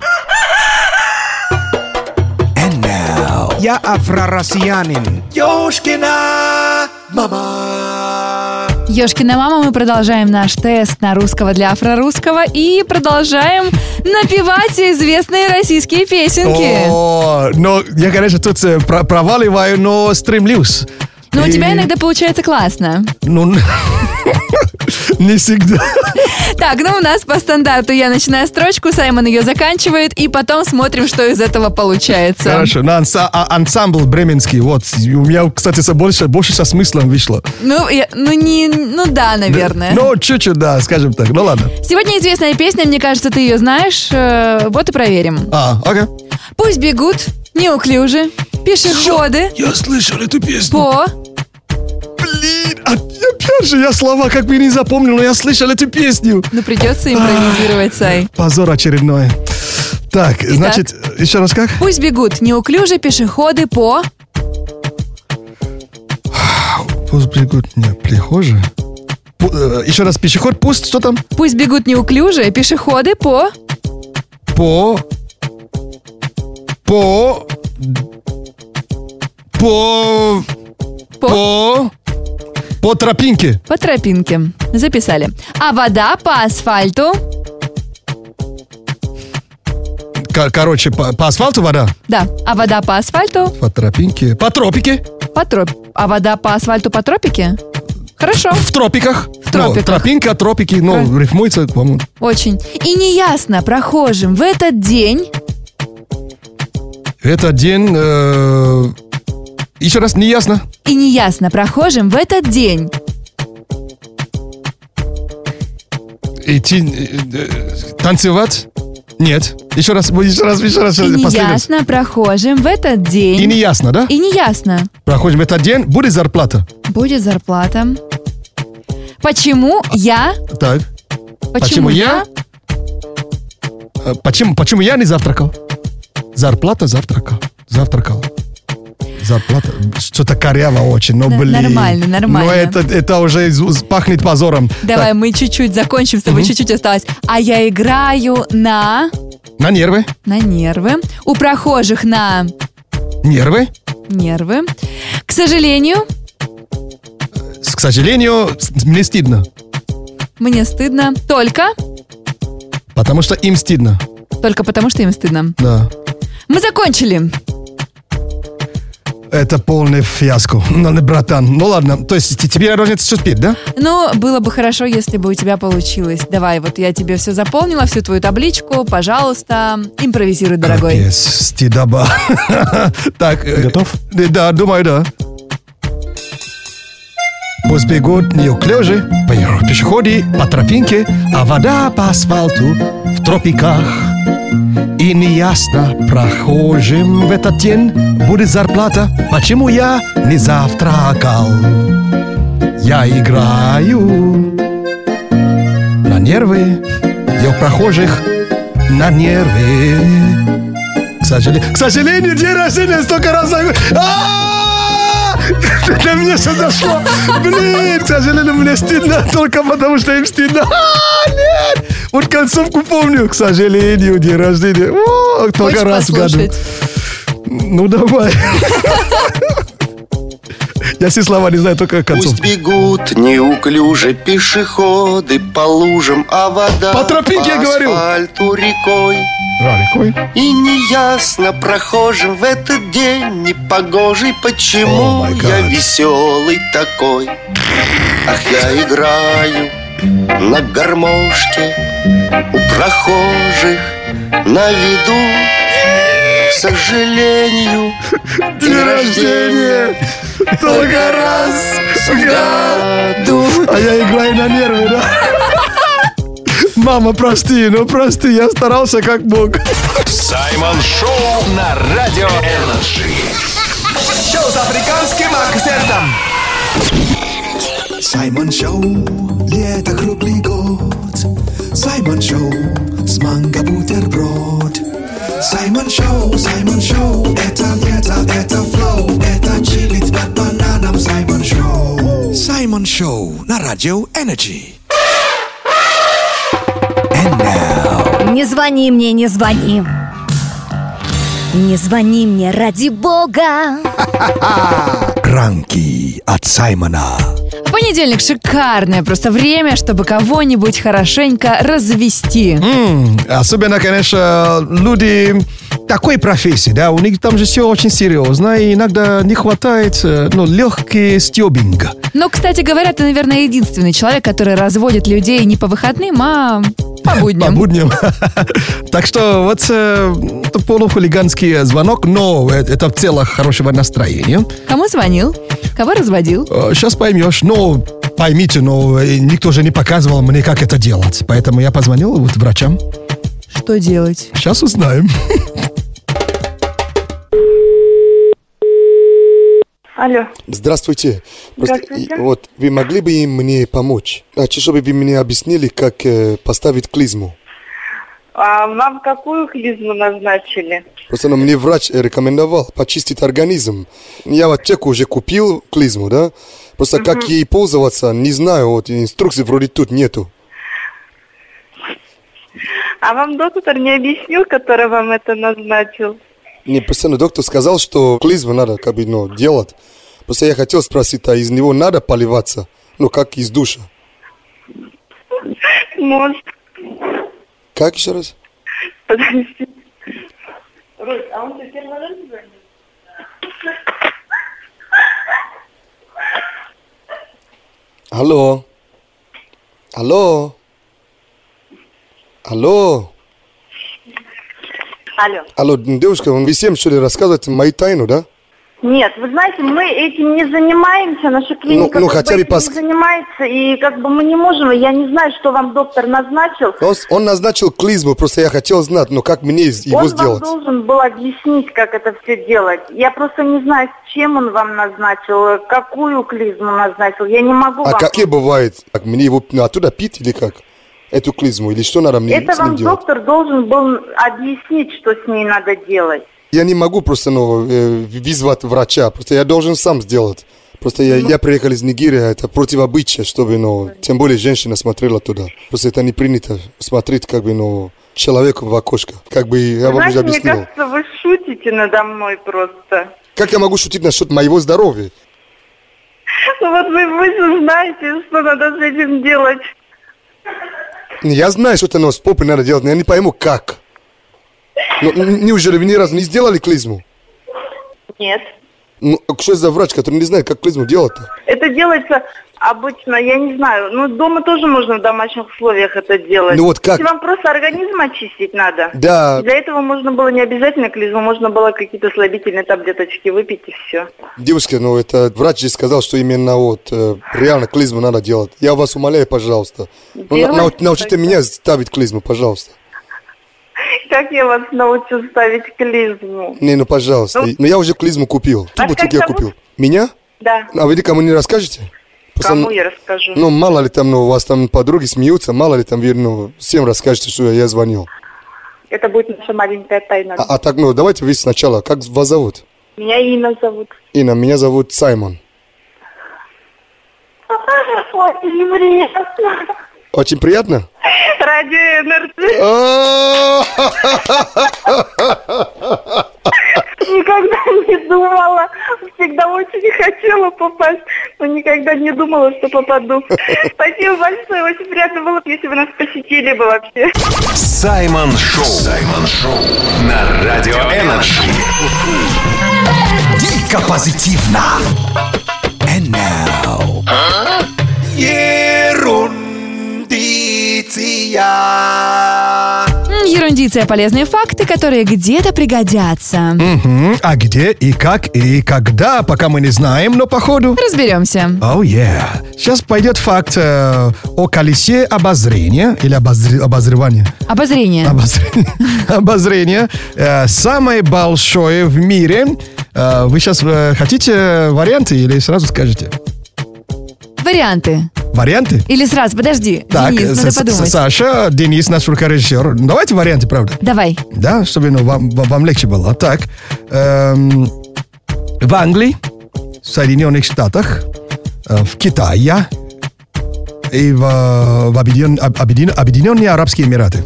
Speaker 16: Я афророссиянин.
Speaker 1: Ёшкина мама.
Speaker 4: Ёшкина мама, мы продолжаем наш тест на русского для афрорусского и продолжаем напевать известные российские песенки.
Speaker 3: О, но я, конечно, тут э, про- проваливаю, но стремлюсь.
Speaker 4: Но Ну, у
Speaker 3: И-
Speaker 4: тебя иногда получается классно.
Speaker 3: Ну, не всегда.
Speaker 4: Так, ну у нас по стандарту я начинаю строчку, Саймон ее заканчивает, и потом смотрим, что из этого получается.
Speaker 3: Хорошо, на анса- а- ансамбль бременский, вот. И У меня, кстати, со- больше, больше со смыслом вышло.
Speaker 4: Ну, я- ну не, ну да, наверное.
Speaker 3: Ну, чуть-чуть, да, скажем так. Ну, ладно.
Speaker 4: Сегодня известная песня, мне кажется, ты ее знаешь. э, Вот и проверим.
Speaker 3: А, окей.
Speaker 4: Пусть бегут неуклюже пешеходы
Speaker 3: Я слышал эту песню.
Speaker 4: по...
Speaker 3: А, опять же, я слова как бы не запомнил, но я слышал эту песню.
Speaker 4: Ну, придется импровизировать, Сай.
Speaker 3: Позор очередной. Так, значит, еще раз как?
Speaker 4: Пусть бегут неуклюже пешеходы по...
Speaker 3: Пусть бегут не прихожие. Пу- э, Еще раз, пешеход пуст, что там?
Speaker 4: Пусть бегут неуклюже пешеходы по...
Speaker 3: По... По... По... По... По тропинке.
Speaker 4: По тропинке. Записали. А вода по асфальту...
Speaker 3: Ко- Короче, по, по асфальту вода.
Speaker 4: Да, а вода по асфальту
Speaker 3: По тропинке. По тропике.
Speaker 4: по троп... А вода по асфальту по тропике? Хорошо.
Speaker 3: В тропиках. В
Speaker 4: тропиках.
Speaker 3: тропинка, тропики. Ну, рифмуется, по-моему.
Speaker 4: Очень. И неясно прохожим в этот день...
Speaker 3: Это день... э, Еще раз, не ясно.
Speaker 4: И неясно прохожим в этот день...
Speaker 3: Идти... э, э, Танцевать? Нет. Еще раз, еще раз, еще раз.
Speaker 4: И
Speaker 3: последний.
Speaker 4: неясно прохожим в этот день...
Speaker 3: И неясно, да?
Speaker 4: И неясно.
Speaker 3: Проходим этот день, будет зарплата.
Speaker 4: Будет зарплата. Почему я...
Speaker 3: Так.
Speaker 4: Почему, я?
Speaker 3: Э, Почему, почему я не завтракал? Зарплата завтракал. Завтракал. Зарплата. Что-то коряво очень, но,
Speaker 4: Да,
Speaker 3: блин.
Speaker 4: нормально, нормально.
Speaker 3: Но это, это уже из- пахнет позором.
Speaker 4: Давай, мы чуть-чуть закончим с тобой, чуть-чуть осталось. А я играю на...
Speaker 3: Так, на нервы.
Speaker 4: На нервы. У прохожих на
Speaker 3: Нервы.
Speaker 4: нервы. К сожалению,
Speaker 3: С- К сожалению, с- мне стыдно.
Speaker 4: мне стыдно только...
Speaker 3: Потому что им стыдно.
Speaker 4: Только потому, что им стыдно.
Speaker 3: Да.
Speaker 4: Мы закончили.
Speaker 3: Это полный фиаско. Ну, братан. Ну ладно. То есть т- тебе розница все спит, да?
Speaker 4: Но было бы хорошо, если бы у тебя получилось. Давай, вот я тебе все заполнила, всю твою табличку. Пожалуйста, импровизируй, дорогой.
Speaker 3: Капец, стыдоба. Так. Готов? Да, думаю, да. Пусть бегут неуклюжи по Европе пешеходы, по тропинке, а вода по асфальту в тропиках. И неясно прохожим в этот день будет зарплата, почему я не завтракал. Я играю на нервы, я у прохожих на нервы. К сожалению, к сожалению, день рождения столько раз... за- А! До меня все дошло. Блин, к сожалению, мне стыдно только потому, что им стыдно. А, нет! Вот концовку помню. К сожалению, день рождения. О, только
Speaker 4: Хочешь
Speaker 3: раз
Speaker 4: послушать?
Speaker 3: в году. Ну, давай. Я все слова не знаю, только концовку.
Speaker 17: Бегут неуклюже пешеходы по лужам, а вода
Speaker 3: По тропинке, я говорю.
Speaker 17: асфальту рекой.
Speaker 3: Рарикой.
Speaker 17: И неясно прохожим в этот день непогожий, почему
Speaker 3: О, май
Speaker 17: я
Speaker 3: гад.
Speaker 17: веселый такой. Ах, я играю на гармошке у прохожих на виду. К сожалению, день рождения
Speaker 3: только раз
Speaker 17: в году.
Speaker 3: А я играю на нервы, да? Мама, прости, ну прости, я старался как мог.
Speaker 6: Саймон Шоу на Радио Энерджи.
Speaker 16: Шоу с африканским акцентом.
Speaker 2: Саймон Шоу, лето круглый год. Саймон Шоу, с манго бутерброд. Саймон Шоу, Саймон Шоу, это лето, это флоу, это чилит под бананом. Саймон Шоу. Саймон Шоу на Радио Энерджи.
Speaker 10: Не звони мне, не звони. Не звони мне, ради бога.
Speaker 2: Пранки от Саймона.
Speaker 4: В понедельник шикарное просто время, чтобы кого-нибудь хорошенько развести.
Speaker 3: Особенно, конечно, люди такой профессии, да, у них там же все очень серьезно, и иногда не хватает, э, ну, легкие стебинга.
Speaker 4: Но, Ну, кстати говоря, ты, наверное, единственный человек, который разводит людей не по выходным, а по будням.
Speaker 3: По будням. Так что вот э, это полухулиганский звонок, но э, это в целях хорошего настроения.
Speaker 4: Кому звонил? Кого разводил?
Speaker 3: Сейчас поймешь, но поймите, но э, никто же не показывал мне, как это делать. Поэтому я позвонил вот врачам.
Speaker 4: Что делать?
Speaker 3: Сейчас узнаем.
Speaker 18: Алло.
Speaker 15: Здравствуйте. и-
Speaker 18: Здравствуйте.
Speaker 15: вот вы могли бы мне помочь? Хочу, чтобы вы мне объяснили, как э, поставить клизму.
Speaker 18: А вам какую клизму назначили?
Speaker 15: Просто ну, мне врач э, рекомендовал почистить организм. Я в аптеку уже купил клизму, да? Просто как ей пользоваться, не знаю. Вот инструкций вроде тут нету.
Speaker 18: А вам доктор не объяснил, который вам это назначил?
Speaker 15: Мне постоянно доктор сказал, что клизму надо как бы ну, делать. Просто я хотел спросить, а из него надо поливаться? Ну, как из душа.
Speaker 18: Может,
Speaker 15: Как еще раз?
Speaker 18: подожди. Русь, а он тебе первый раз звонит?
Speaker 15: Алло. Алло. Алло.
Speaker 18: Алло.
Speaker 15: Алло, девушка, вы всем что ли рассказываете мои тайну, да?
Speaker 18: Нет, вы знаете, мы этим не занимаемся, наша клиника
Speaker 15: ну,
Speaker 18: как
Speaker 15: хотя бы
Speaker 18: этим
Speaker 15: пос-
Speaker 18: не занимается, и как бы мы не можем, я не знаю, что вам доктор назначил.
Speaker 15: Он, с- он назначил клизму, просто я хотел знать, но как мне из- его
Speaker 18: он
Speaker 15: сделать?
Speaker 18: вам должен был объяснить, как это все делать. Я просто не знаю, с чем он вам назначил, э, какую клизму назначил. Я не могу
Speaker 15: А
Speaker 18: вам...
Speaker 15: какие бывает? Как мне его ну, оттуда пить или как? Эту клизму или что надо мне
Speaker 18: Это
Speaker 15: с ним
Speaker 18: вам
Speaker 15: делать?
Speaker 18: доктор должен был объяснить, что с ней надо делать.
Speaker 15: Я не могу просто ну, э, вызвать врача, просто я должен сам сделать. Просто
Speaker 18: Ну.
Speaker 15: я, я приехал из Нигерии, а это против обычая, чтобы, ну, тем более женщина смотрела туда. Просто это не принято смотреть, как бы, ну, человеку в окошко. Как бы я вам
Speaker 18: Знаете,
Speaker 15: уже
Speaker 18: мне
Speaker 15: объяснил.
Speaker 18: кажется, вы шутите надо мной просто.
Speaker 15: Как я могу шутить насчет моего здоровья?
Speaker 18: Ну вот вы, вы же знаете, что надо с этим делать.
Speaker 15: Не, Я знаю, что это но с попой надо делать, но я не пойму, как. Ну, н- неужели вы ни разу не сделали клизму?
Speaker 18: Нет.
Speaker 15: Ну, а что за врач, который не знает, как клизму делать-то?
Speaker 18: Это делается обычно, я не знаю, ну дома тоже можно в домашних условиях это делать.
Speaker 15: Ну вот как?
Speaker 18: Если Вам просто организм очистить надо.
Speaker 15: Да.
Speaker 18: Для этого можно было не обязательно клизму, можно было какие-то слабительные таблеточки выпить и все.
Speaker 15: Девушка, ну это врач же сказал, что именно вот
Speaker 9: e,
Speaker 15: э, реально клизму надо делать. Я вас умоляю, пожалуйста. Ну, на-
Speaker 18: Делайте
Speaker 15: нау- научите меня ставить клизму, пожалуйста.
Speaker 18: Как я вас научу ставить клизму?
Speaker 15: Не, ну пожалуйста.
Speaker 18: Ну-
Speaker 15: Но я уже клизму купил.
Speaker 18: А
Speaker 15: Ту бутылку я
Speaker 18: как зовут?
Speaker 15: купил. Меня?
Speaker 18: Да.
Speaker 15: А вы никому не расскажете? Просто,
Speaker 18: Кому
Speaker 15: ну,
Speaker 18: я расскажу?
Speaker 15: Ну, мало ли там, ну, у вас там подруги смеются, мало ли там, верно, всем расскажете, что я звонил.
Speaker 18: Это будет наша маленькая тайна.
Speaker 15: А, а так, ну, давайте вы сначала. Как вас зовут?
Speaker 18: Меня Инна зовут.
Speaker 15: Инна, меня зовут Саймон.
Speaker 18: Ой, неприятно.
Speaker 15: Очень приятно? А!
Speaker 18: Ради НРТ никогда не думала. Всегда очень хотела попасть, но никогда не думала, что попаду. Спасибо большое. Очень приятно было, бы, если бы нас посетили бы вообще.
Speaker 6: Саймон Шоу. Саймон Шоу на Радио Энерджи.
Speaker 16: Дико позитивно. And now... Ерундиция.
Speaker 4: М, Ерундиция полезные факты, которые где-то пригодятся.
Speaker 3: Мгм. А где и как и когда, пока мы не знаем, но походу...
Speaker 4: Разберемся.
Speaker 3: Оу, yeah. Сейчас пойдет факт э, о колесе обозрения или обозр- обозревания.
Speaker 4: Обозрение.
Speaker 3: Обозрение. Обозрение. э, самое большое в мире. Э, вы сейчас хотите варианты или сразу скажете?
Speaker 4: Варианты.
Speaker 3: Варианты?
Speaker 4: Или сразу, подожди,
Speaker 3: Так,
Speaker 4: Денис, надо
Speaker 3: С- С-
Speaker 4: подумать.
Speaker 3: Саша, Денис, наш рукорежиссер. Давайте варианты, правда?
Speaker 4: Давай.
Speaker 3: Да, чтобы ну, вам, вам- вам легче было. Так, эм, в Англии, в Соединенных Штатах, э, в Китае и в, э, в
Speaker 4: М-м.
Speaker 3: Объединен- Об- Объединен- Объединенные Арабские Эмираты.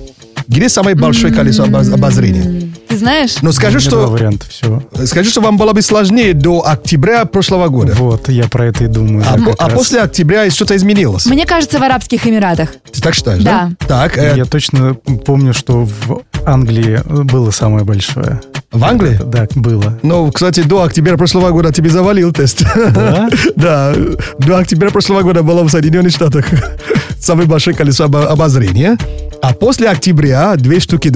Speaker 3: Где самое большое колесо обоз- обозрения?
Speaker 4: Ты ты знаешь?
Speaker 3: Но скажи, что...
Speaker 9: варианта всего.
Speaker 3: Скажи, что вам было бы сложнее до октября прошлого года.
Speaker 9: Вот, я про это и думаю.
Speaker 3: А,
Speaker 9: да,
Speaker 3: по-
Speaker 9: как
Speaker 3: а
Speaker 9: раз.
Speaker 3: после октября что-то изменилось.
Speaker 4: Мне кажется, в Арабских Эмиратах.
Speaker 3: Ты так считаешь,
Speaker 4: Да.
Speaker 3: да? Так. э,
Speaker 9: Я точно помню, что в Англии было самое большое.
Speaker 3: В Англии?
Speaker 9: Да, было.
Speaker 3: Ну, кстати, до октября прошлого года тебе завалил тест. Да? До октября прошлого года было в Соединенных Штатах самое большое количество обо- обозрения. А после октября две штуки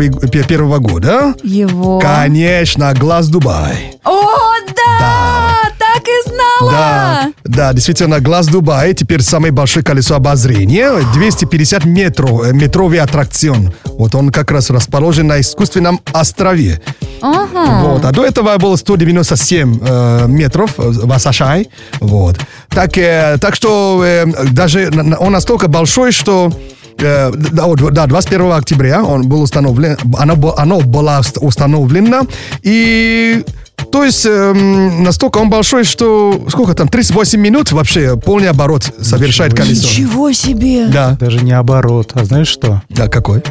Speaker 3: 21 года.
Speaker 4: Его.
Speaker 3: Конечно, глаз Дубай.
Speaker 4: О, да! Так и знала!
Speaker 3: Да, да, действительно, глаз Дубая теперь самое большое колесо обозрения. 250 метров, э, метровый аттракцион. Вот он как раз расположен на искусственном острове.
Speaker 4: Ага.
Speaker 3: Вот. А до этого было 197 э, метров э, в Асашай. Вот. Так, э, так что э, даже на- на- он настолько большой, что э, да, вот, да, 21 октября он был установлен, оно, бо- оно было уст- установлено. И то есть эм, настолько он большой, что сколько там, 38 минут вообще полный оборот совершает колесо.
Speaker 4: Ничего себе!
Speaker 3: Да.
Speaker 9: Даже не оборот, а знаешь что?
Speaker 3: Да, какой?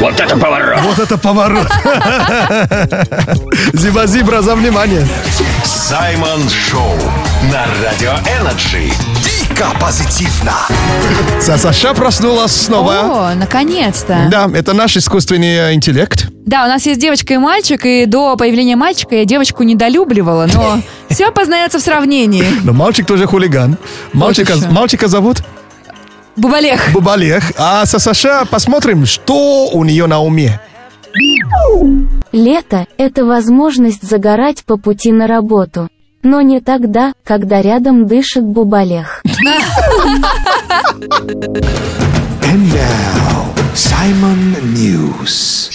Speaker 9: Вот это поворот!
Speaker 3: Вот это поворот! Зиба-зибра за внимание!
Speaker 6: Саймон Шоу на Радио Энерджи. Дико позитивно.
Speaker 3: Саша проснулась снова.
Speaker 4: О, наконец-то!
Speaker 3: Да, это наш искусственный э, интеллект.
Speaker 4: Да, у нас есть девочка и мальчик, и до появления мальчика я девочку недолюбливала, но все познается в сравнении.
Speaker 3: Но мальчик тоже хулиган. Мальчика,
Speaker 4: еще.
Speaker 3: мальчика зовут?
Speaker 4: Бубалех.
Speaker 3: Бубалех. А со Саша посмотрим, что у нее на уме.
Speaker 11: Лето – это возможность загорать по пути на работу. Но не тогда, когда рядом дышит бубалех.
Speaker 16: And now, Simon News.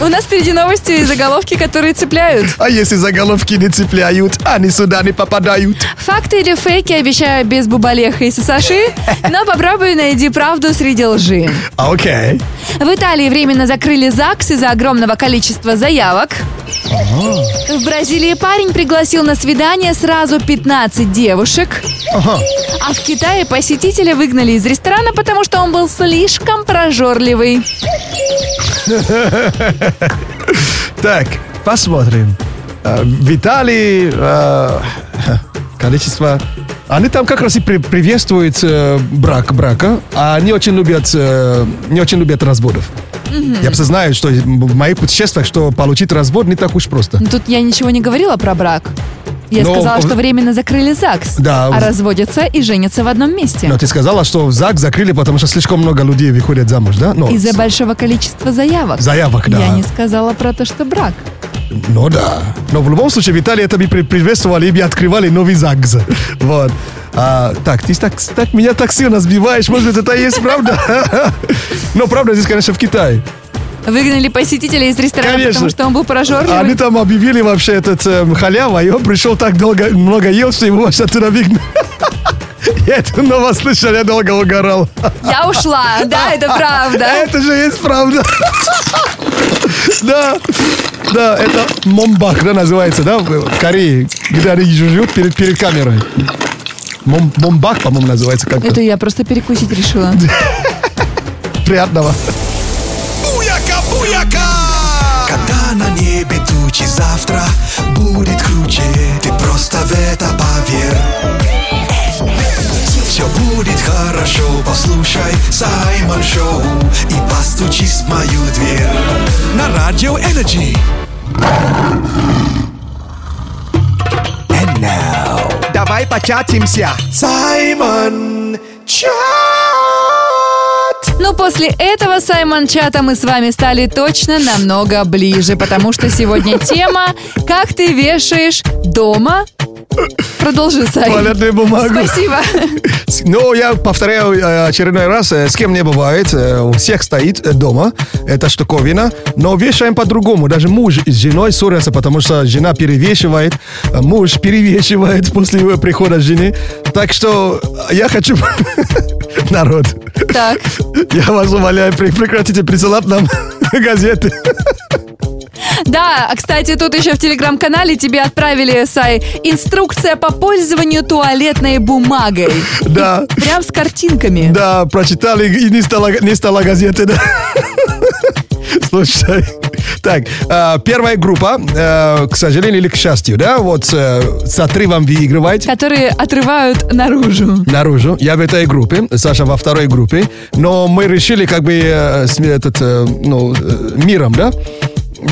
Speaker 4: У нас впереди новости и заголовки, которые цепляют.
Speaker 3: А если заголовки не цепляют, они сюда не попадают.
Speaker 4: Факты или фейки обещаю без Бубалеха и Сасаши, но попробуй найди правду среди лжи.
Speaker 3: А, Окей.
Speaker 4: В Италии временно закрыли ЗАГС из-за огромного количества заявок. В Бразилии парень пригласил на свидание сразу 15 девушек. А в Китае посетителя выгнали из ресторана, потому что он был слишком прожорливый.
Speaker 3: Так, посмотрим. Э, В Италии э, количество... Они там как раз и при- приветствуют э, брак брака, а они очень любят, э, не очень любят разводов. Я просто знаю, что в моих путешествиях, что получить развод не так уж просто.
Speaker 4: Ну, Тут я ничего не говорила про брак. Я
Speaker 3: Но
Speaker 4: сказала,
Speaker 3: Ну, в-
Speaker 4: что временно закрыли ЗАГС,
Speaker 3: Да,
Speaker 4: а
Speaker 3: в- Ну,
Speaker 4: разводятся и женятся в одном месте.
Speaker 3: Но ты сказала, что в ЗАГС закрыли, потому что слишком много людей выходят замуж, да? Но...
Speaker 4: Из-за большого количества заявок.
Speaker 3: Заявок, да.
Speaker 4: Я не сказала про то, что брак.
Speaker 3: Ну да. Но в любом случае в Италии это бы при- приветствовали и бы открывали новый ЗАГС. Вот. А, так, ты так, так меня так сильно сбиваешь, может быть, это и есть правда? Но правда здесь, конечно, в Китае.
Speaker 4: Выгнали посетителя из ресторана,
Speaker 3: Конечно.
Speaker 4: потому что он был прожорливый.
Speaker 3: Они там объявили вообще этот эм, халява, и он пришел так долго, много ел, что его вообще оттуда выгнали. Я эту новость слышал, я долго угорал.
Speaker 4: Я ушла. Да, это правда.
Speaker 3: Это же есть правда. Да, да, это момбак, да, называется, да, в Корее, где они жужжут перед, перед камерой. Мом- момбак, по-моему, называется как-то.
Speaker 4: Это я просто перекусить решила.
Speaker 3: Приятного.
Speaker 2: Буяка, буяка! Когда на небе тучи завтра А, будет круче, ты просто в это поверь. Все будет хорошо, послушай Саймон Шоу и постучись в мою дверь. На Радио Энерджи.
Speaker 16: And now, давай початимся. Саймон Чат.
Speaker 4: Ну, после этого, Саймон Чата, мы с вами стали точно намного ближе, потому что сегодня тема «Как ты вешаешь дома?» Продолжи, Саймон.
Speaker 3: Туалетную бумагу.
Speaker 4: Спасибо.
Speaker 3: С- Ну, я повторяю э, очередной раз, э, с кем не бывает, э, у всех стоит э, дома эта штуковина, но вешаем по-другому. Даже муж с женой ссорятся, потому что жена перевешивает, э, муж перевешивает после его прихода жены. Так что э, я хочу... Народ.
Speaker 4: Так.
Speaker 3: Я вас умоляю, пре- прекратите присылать нам газеты.
Speaker 4: Да, а, кстати, тут еще в телеграм-канале тебе отправили, Сай, инструкция по пользованию туалетной бумагой.
Speaker 3: Да.
Speaker 4: Прям с картинками.
Speaker 3: Да, прочитали и не стало, не стало газеты, да. Слушай, так, э, первая группа, э, к сожалению или к счастью, да, вот э, с отрывом выигрывает.
Speaker 4: Которые отрывают наружу.
Speaker 3: Наружу. Я в этой группе, Саша во второй группе. Но мы решили как бы э, с- этот, э, ну, э, миром, да,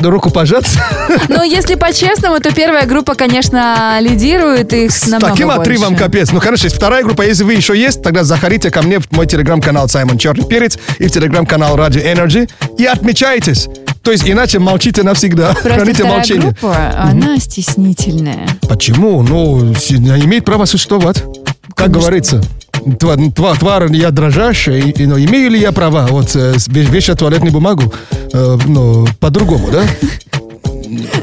Speaker 3: руку пожаться.
Speaker 4: Но Ну, если по-честному, то первая группа, конечно, лидирует их
Speaker 3: С
Speaker 4: намного
Speaker 3: таким отрывом
Speaker 4: больше.
Speaker 3: капец. Ну, короче, есть вторая группа, если вы еще есть, тогда заходите ко мне в мой телеграм-канал Саймон Черный Перец и в телеграм-канал Radio Energy и отмечайтесь. То есть иначе молчите навсегда.
Speaker 4: Просто
Speaker 3: Храните
Speaker 4: вторая
Speaker 3: молчание.
Speaker 4: группа, она стеснительная.
Speaker 3: Почему? Ну, с- она имеет право существовать. Как говорится, тва- тва- тварь я дрожащая, и- и, но имею ли я права вот э, с- ве- вешать туалетную бумагу, э, ну, по-другому, да?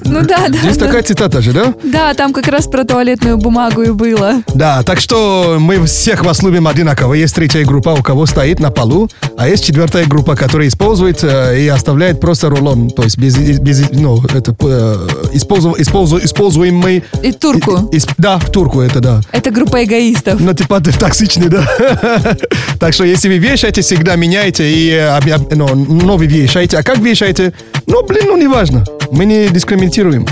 Speaker 4: Ну да, да.
Speaker 3: Здесь
Speaker 4: да.
Speaker 3: такая цитата же, да?
Speaker 4: Да, там как раз про туалетную бумагу и было.
Speaker 3: Да, так что мы всех вас любим одинаково. Есть третья группа, у кого стоит на полу, а есть четвертая группа, которая использует э, и оставляет просто рулон, то есть без, без- ну, это, э, использу- использу- используемый...
Speaker 4: И турку.
Speaker 3: Исп- да, в турку это, да.
Speaker 4: Это группа эгоистов.
Speaker 3: Ну, типа, ты токсичный, да? так что, если вы вешаете, всегда меняйте и э, об- об- ну, новый вешаете. А как вешаете? Ну, блин, ну, неважно. Мы не дискриминируем.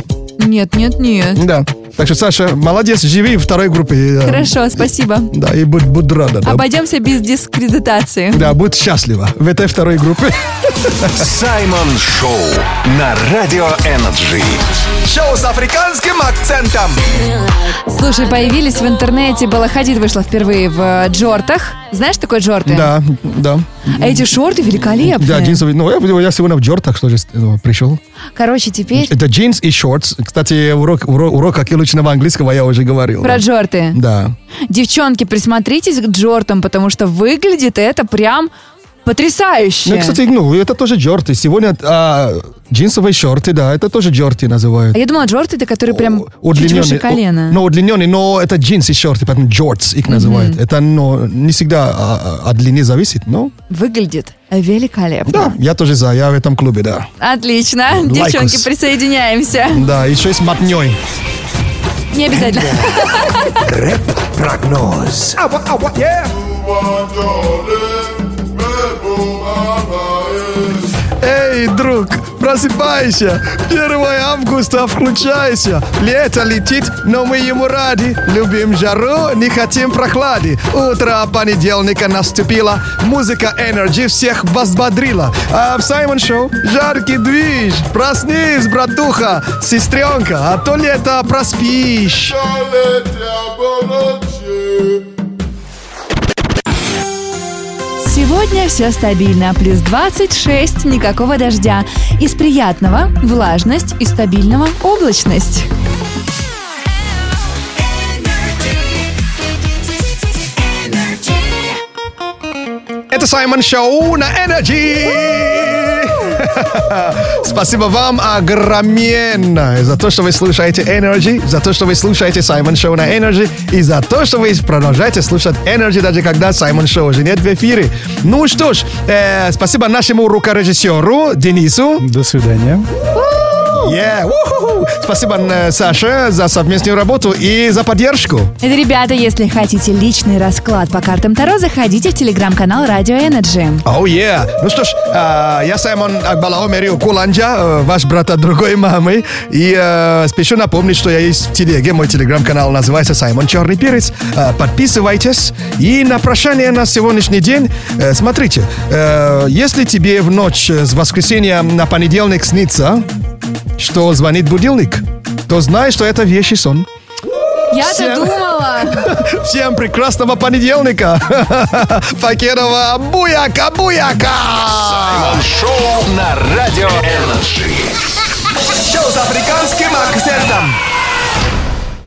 Speaker 4: Нет, нет, нет.
Speaker 3: Да. Так что, Саша, молодец, живи в второй группе. э,
Speaker 4: Хорошо, А спасибо.
Speaker 3: Да, и будь, будь рада. Да.
Speaker 4: Обойдемся без дискредитации.
Speaker 3: да, будь счастлива в этой второй группе.
Speaker 6: Саймон Шоу на Радио Энерджи.
Speaker 16: Шоу с африканским акцентом.
Speaker 4: Слушай, появились в интернете, Балахадид вышла впервые в э, джортах. Знаешь, такой джорты? А
Speaker 3: Да, да.
Speaker 4: Эти шорты великолепные.
Speaker 3: Да, джинсовый. Ну, я, я сегодня в джортах тоже ну, пришел.
Speaker 4: Короче, теперь
Speaker 3: Это джинс и шортс. Кстати, урок, урок, урок отличного английского я уже говорил.
Speaker 4: про джорты.
Speaker 3: Да. Ну,
Speaker 4: Девчонки, присмотритесь к джортам, потому что выглядит это прям потрясающе.
Speaker 3: Ну, кстати, ну, это тоже джорты. Сегодня а, джинсовые шорты, да, это тоже джорты
Speaker 4: А
Speaker 3: называют.
Speaker 4: я думала, джорты это которые прям чуть выше колена.
Speaker 3: у- ну, удлиненные, но это джинсы и шорты, поэтому джортс их называют. Это ну, не всегда а, а, от длины зависит, но
Speaker 4: Выглядит великолепно.
Speaker 3: я тоже за, я в этом клубе, да.
Speaker 4: Отлично.
Speaker 3: Лайкос.
Speaker 4: Девчонки, присоединяемся.
Speaker 3: Да, еще с матней.
Speaker 4: Не обязательно.
Speaker 16: Прогноз.
Speaker 7: Ава, ава, yeah.
Speaker 3: Эй, друг, просыпайся! 1 августа включайся! Лето летит, но мы ему рады. Любим жару, не хотим прохлады. Утро понедельника наступило. Музыка Energy всех возбодрила. А в Саймон Шоу жаркий движ. Проснись, братуха, сестренка, а то лето проспишь.
Speaker 4: Сегодня все стабильно, плюс 26, никакого дождя. Из приятного – влажность, из стабильного – облачность.
Speaker 3: Это Саймон Шоу на Energy. Спасибо вам огромное за то, что вы слушаете Energy, за то, что вы слушаете Саймон Шоу на Energy и за то, что вы продолжаете слушать Energy, даже когда Саймон Шоу уже нет в эфире. Ну что ж, э, спасибо нашему рукорежиссеру Денису.
Speaker 9: До свидания.
Speaker 3: Yeah, уху-ху. Спасибо э, Саше за совместную работу и за поддержку.
Speaker 4: Это, ребята, если хотите личный расклад по картам Таро, заходите в телеграм-канал Радио Energy.
Speaker 3: Оу, yeah. Ну что ж, а, я Саймон Акбалаомерио Куланджа, э, ваш брат от другой мамы. И э, спешу напомнить, что я есть в телеге. Мой телеграм-канал называется Саймон Черный Перец. Э, подписывайтесь. И на прощание на сегодняшний день, э, смотрите, э, если тебе в ночь э, с воскресенья на понедельник снится, что звонит будильник, то знай, что это вещий сон.
Speaker 4: Я-то
Speaker 3: Всем-
Speaker 4: думала.
Speaker 3: Всем прекрасного понедельника. Пакетова буяка-буяка.
Speaker 6: Саймон Шоу на Радио Энерджи.
Speaker 16: Шоу с африканским акцентом.